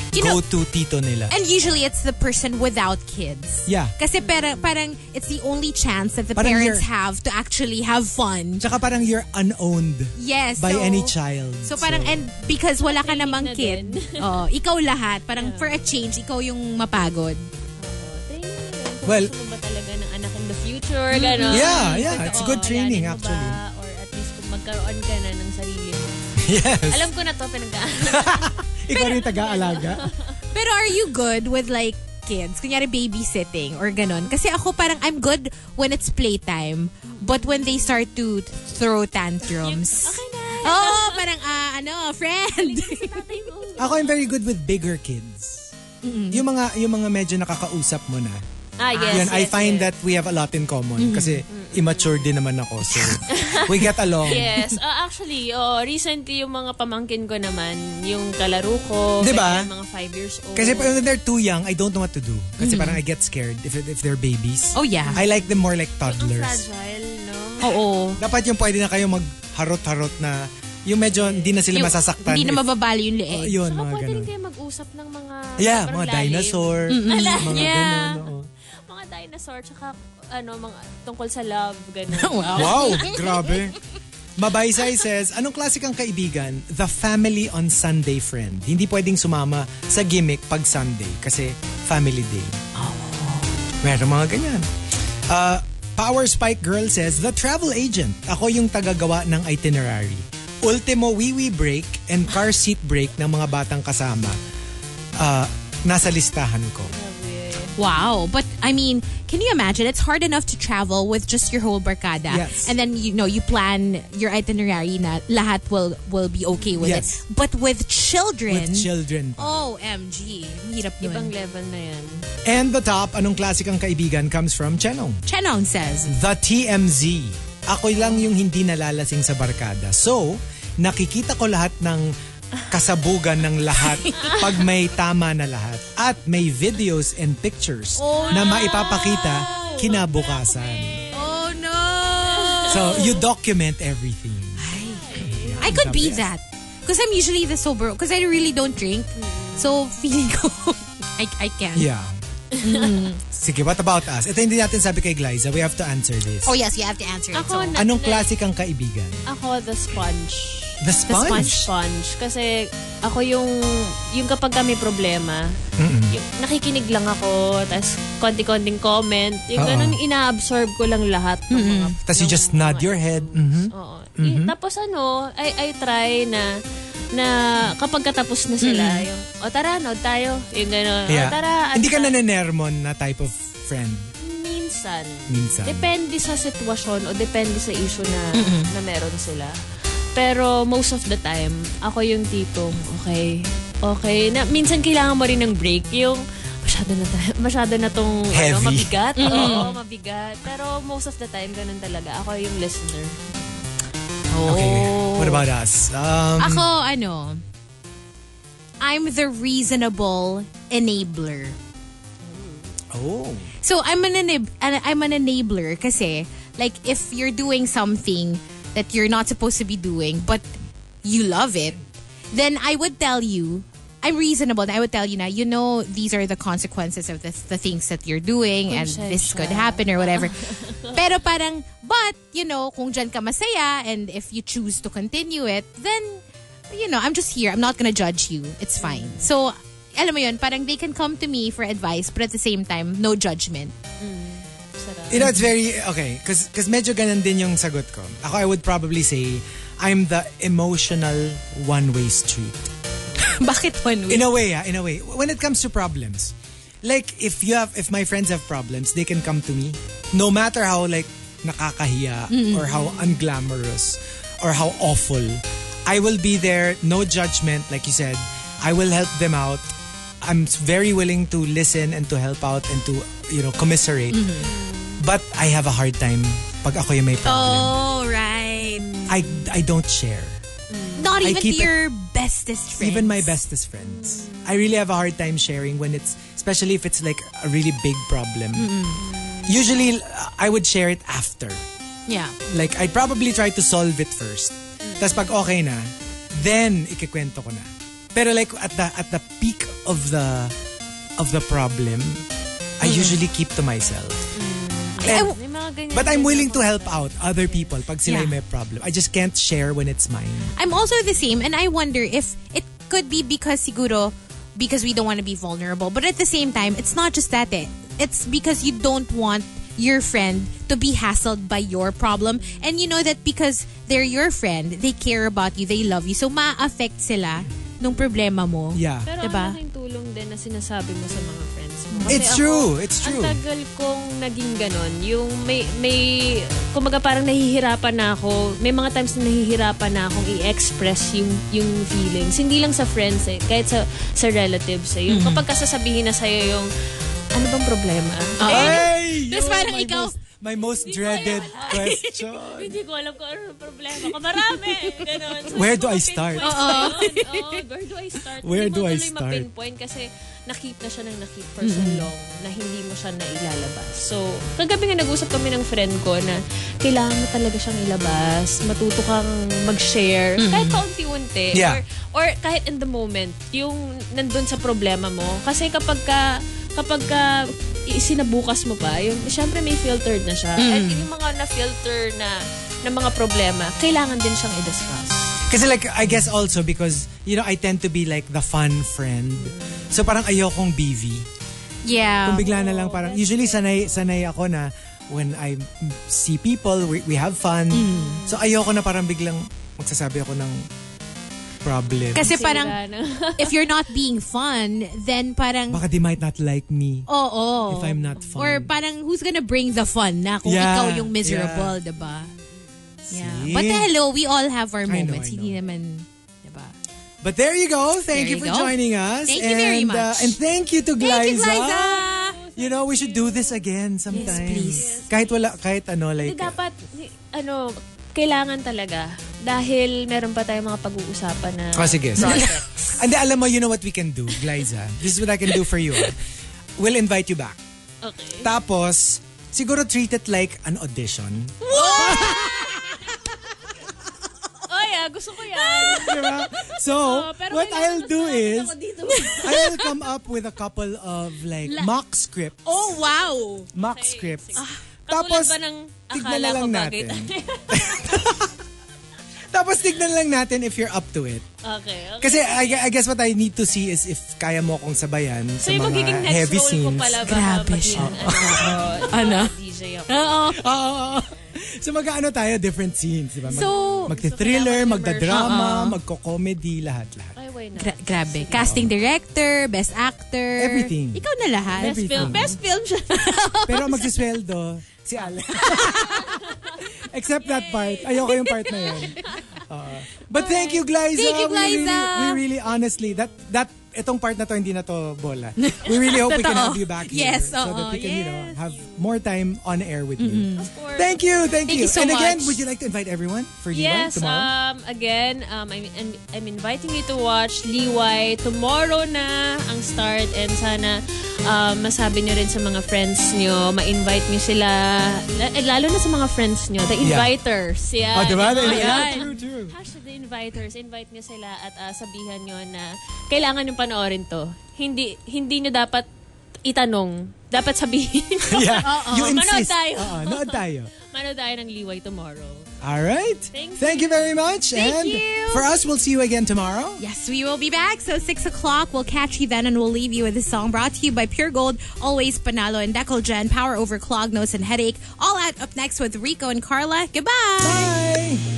Mm-hmm. you know, go-to tito nila. and usually it's the person without kids. Yeah. Kasi para, parang it's the only chance that the Parang parents you're- have to actually have fun. Tsaka parang you're unowned Yes. by so- any child. So parang, and because wala ka namang na kid, din. oh, ikaw lahat, parang for a change, ikaw yung mapagod. Oh, Training yun. Kung Well- gusto mo ba talaga ng anak in the future, gano'n. Yeah, yeah, Kung it's oo, good training, alanin mo ba, actually. or at least kung magkaroon ka na ng sarili mo. Yes. Alam ko na to, pinag Ikaw rin taga-alaga. Pero are you good with like kids? Kunyari babysitting or ganun. Kasi ako parang I'm good when it's playtime. But when they start to throw tantrums. Okay na. Oo, oh, parang ah, ano, friend. Tatay mo. Ako, I'm very good with bigger kids. Mm-hmm. Yung mga yung mga medyo nakakausap mo na. Ah, Yun, yes, yes, I find yes. that we have a lot in common Mm-hmm. kasi immature din naman ako. So, we get along. Yes. Uh, actually, oh, recently yung mga pamangkin ko naman, yung kalaro ko, Diba? ganyan, mga five years old. Kasi when they're too young, I don't know what to do. Kasi parang I get scared if if they're babies. Mm. Oh, yeah. I like them more like Ang toddlers. fragile, no? Oo. Dapat yung pwede na kayo magharot-harot na yung medyo hindi na sila Yung- masasaktan. Hindi na if- mababali yung leeg. Oh, yun, Saka mga pwede ganun. rin kayo mag-usap ng mga Yeah, sobrang mga lalim. dinosaur. Mga Yeah. ganun. oo. Mga dinosaur, tsaka ano, mga tungkol sa love, gano'n. Oh, wow. Wow, grabe. Mabaysay says, anong klase kang kaibigan? The family on Sunday friend. Hindi pwedeng sumama sa gimmick pag Sunday kasi family day. Meron mga ganyan. Uh, Power Spike Girl says, The travel agent. Ako yung tagagawa ng itinerary. Ultimo wiwi break and car seat break ng mga batang kasama. Uh, nasa listahan ko. Wow. But I mean, can you imagine? It's hard enough to travel with just your whole barkada. Yes. And then you know, you plan your itinerary na lahat will will be okay with Yes. it. But with children, With children. OMG. Ang Hirap yun. Ibang level na yan. And the top, anong klase kang kaibigan comes from Chenong. Chenong says, The TMZ. Ako lang yung hindi nalalasing sa barkada. So, nakikita ko lahat ng kasabugan ng lahat pag may tama na lahat. At may videos and pictures na maipapakita kinabukasan. Oh no! So, you document everything. Oh. I could be that. Because I'm usually the sober, because I really don't drink. So, feeling ko, I, I can. Yeah. Mm-hmm. Sige, what about us? Ito hindi natin sabi kay Glyza. We have to answer this. Oh eh. yes, you have to answer it. Ako, na, Anong na- klase kang kaibigan? Ako, the sponge. The sponge? Sponge. Kasi ako yung, yung kapag kami problema, yung, nakikinig lang ako, tapos konti-konting comment, Oo. yung ganun, ina-absorb ko lang lahat. ng mga- Tapos you ng just nod mga your head. Mhm. Oo. I- tapos ano, I, I try na na kapag katapos na sila, yung, o tara, nod tayo. Yung gano'n. Yeah. O tara, ano Hindi ka ba?" nananermon na type of friend. Minsan. Minsan. Depende sa sitwasyon o depende sa issue na, na meron sila. Pero most of the time, ako yung tipong, okay, okay. Na, minsan kailangan mo rin ng break. Yung, masyado na, tayo, masyado na tong ano, Heavy. mabigat. Oo, mabigat. Pero most of the time, ganun talaga. Ako yung listener. Okay. Oh. What about us? Um, Ako, ano, Mm-hmm. I'm the reasonable enabler. Ah. oh. So I'm an enab- an- I'm an enabler kasi like if you're doing something that you're not supposed to be doing but you love it, then I would tell you I'm reasonable. and I would tell you now, you know, these are the consequences of this, the things that you're doing and this could happen or whatever. Pero parang, but, you know, kung dyan ka masaya and if you choose to continue it, then, you know, I'm just here. I'm not gonna judge you. It's fine. So, alam mo yun, parang they can come to me for advice but at the same time, no judgment. Sarap. You know, it's very, okay, because medyo ganun din yung sagot ko. Ako, I would probably say, I'm the emotional one-way street. Bakit one In a way, ah, in a way. When it comes to problems, like, if you have, if my friends have problems, they can come to me. No matter how, like, nakakahiya or how unglamorous or how awful, I will be there, no judgment, like you said. I will help them out. I'm very willing to listen and to help out and to, you know, commiserate. But I have a hard time pag ako yung may problem. Oh, right. I, I don't share. Not I even to keep it- your bestest friends. Even my bestest friends. I really have a hard time sharing when it's, especially if it's like a really big problem. Usually, uh, I would share it after. Yeah. Like, I'd probably try to solve it first. Tapos pag okay na, then ikikwento ko na. Pero like, at the, at the peak of the of the problem, I usually keep to myself. And- May mga ganyan but I'm din willing ako. to help out other people pag sila Yeah. may problem. I just can't share when it's mine. I'm also the same, and I wonder if it could be because siguro because we don't want to be vulnerable. But at the same time, it's not just that. Eh. It's because you don't want your friend to be hassled by your problem, and you know that because they're your friend, they care about you, they love you, so ma-affect sila nung problema mo. Yeah. Pero Diba? ang laking tulong din na sinasabi mo sa mga friends mo. It's true. It's true. Ang tagal kong naging ganon. Yung may, may, kumaga parang nahihirapan na ako. May mga times na nahihirapan na akong i-express yung, yung feelings. Hindi lang sa friends eh. Kahit sa, sa relatives eh. Mm-hmm. Yung kapag kasasabihin na sa'yo yung, ano bang problema? Ay! Tapos yun, parang my ikaw- most- my most dreaded question. Hindi ko alam kung ano ang problema ko. Marami. Ganon. So, Where hindi ko do I ma-pinpoint start? na yun. Oo, where do I start? Where hindi do mo I tuloy start? ma-pinpoint kasi nakip na siya ng nakip for so long na hindi mo siya nailalabas. So, kagabi nga nag-usap kami ng friend ko na kailangan mo talaga siyang ilabas, matuto kang mag-share, kahit paunti-unti. Yeah. Or, or kahit in the moment, yung nandun sa problema mo. Kasi kapag ka, kapag ka, isinabukas mo pa, yung, syempre may filtered na siya. At yung mga na-filter na, na mga problema, kailangan din siyang i-discuss. Kasi like, I guess also because, you know, I tend to be like the fun friend. So parang ayokong BV. Yeah. Kung bigla na lang parang, usually sanay, sanay ako na when I see people, we, we have fun. Mm. So ayoko na parang biglang magsasabi ako ng problem. Kasi Wala parang na. if you're not being fun, then parang Baka they might not like me. Oo. If I'm not fun. Or parang who's gonna bring the fun na kung Yeah, ikaw yung miserable, diba? Yeah. See? But hello, we all have I our know, moments. I know. Hindi naman, diba? But there you go. Thank you There you for go. joining us. Thank and, you very uh, much. and thank you to Thank you, Glyza. Glyza! You know, we should do this again sometime. please. Kahit wala, kahit ano, Hindi like, dapat, ano, kailangan talaga. Dahil meron pa tayong mga pag-uusapan na... Oh, sige. And then, alam mo, you know what we can do, Glyza? This is what I can do for you. ah. We'll invite you back. Okay. Tapos, siguro treat it like an audition. Oy, ah, gusto ko yan. Diba? So, Oh, pero what kailangan I'll do masarap is, ako dito. I'll come up with a couple of like mock scripts. Oh, wow! Mock scripts. Ah, Katulad Tapos, ba ng tignan akala na lang ko natin. bagay Tapos tignan lang natin if you're up to it. okay, okay. Kasi I, I guess what I need to see is if kaya mo akong sabayan sa so, yung magiging mga next heavy role ko scenes. pala ba? Grabe maging, siya. Ano? ako, DJ ako. Oo. Oo, oo, oo. So mag-ano tayo, different scenes, di ba? Mag- So- magte-thriller, So, kailangan magda-drama, magko-comedy, lahat-lahat. Ay, why not? Gra- grabe. Casting director, best actor. Everything. Ikaw na lahat. Best film. everything. Best film siya. Pero ang magsisweldo, si Alan. Except that part. Ayoko yung part na yun. Oo. but thank you, Glyza. Thank you, We really, Glyza. we really honestly, that, that, itong part na to, hindi na to bola. We really hope we can Totoo. have you back here. Yes, so that oo, we can, you know, yes. have more time on air with you. course. Thank you, thank, Thank you so and again, much. would you like to invite everyone for D1 Yes, tomorrow? um, again, um, I'm, I'm, I'm inviting you to watch Liway. Tomorrow na ang start and sana um, masabi nyo rin sa mga friends nyo, ma-invite nyo sila, la- eh, lalo na sa mga friends nyo, the Yeah. inviters. Yeah. oh, diba? Ayan. Yeah, true, true. Hashtag the inviters, invite nyo sila at ah, sabihan nyo na kailangan nyo panoorin to. Hindi, hindi nyo dapat itanong. Dapat sabihin. Yeah, you Manood insist. tayo. Oo, nood tayo. Manood tayo ng Liway tomorrow. All right. Thank you. Thank you very much. and you. for us, we'll see you again tomorrow. Yes, we will be back. So, 6 o'clock, we'll catch you then and we'll leave you with this song brought to you by Pure Gold, Always Panalo and Decolgen, Power Over Clog, Nose and Headache. All out up next with Rico and Carla. Goodbye! Bye.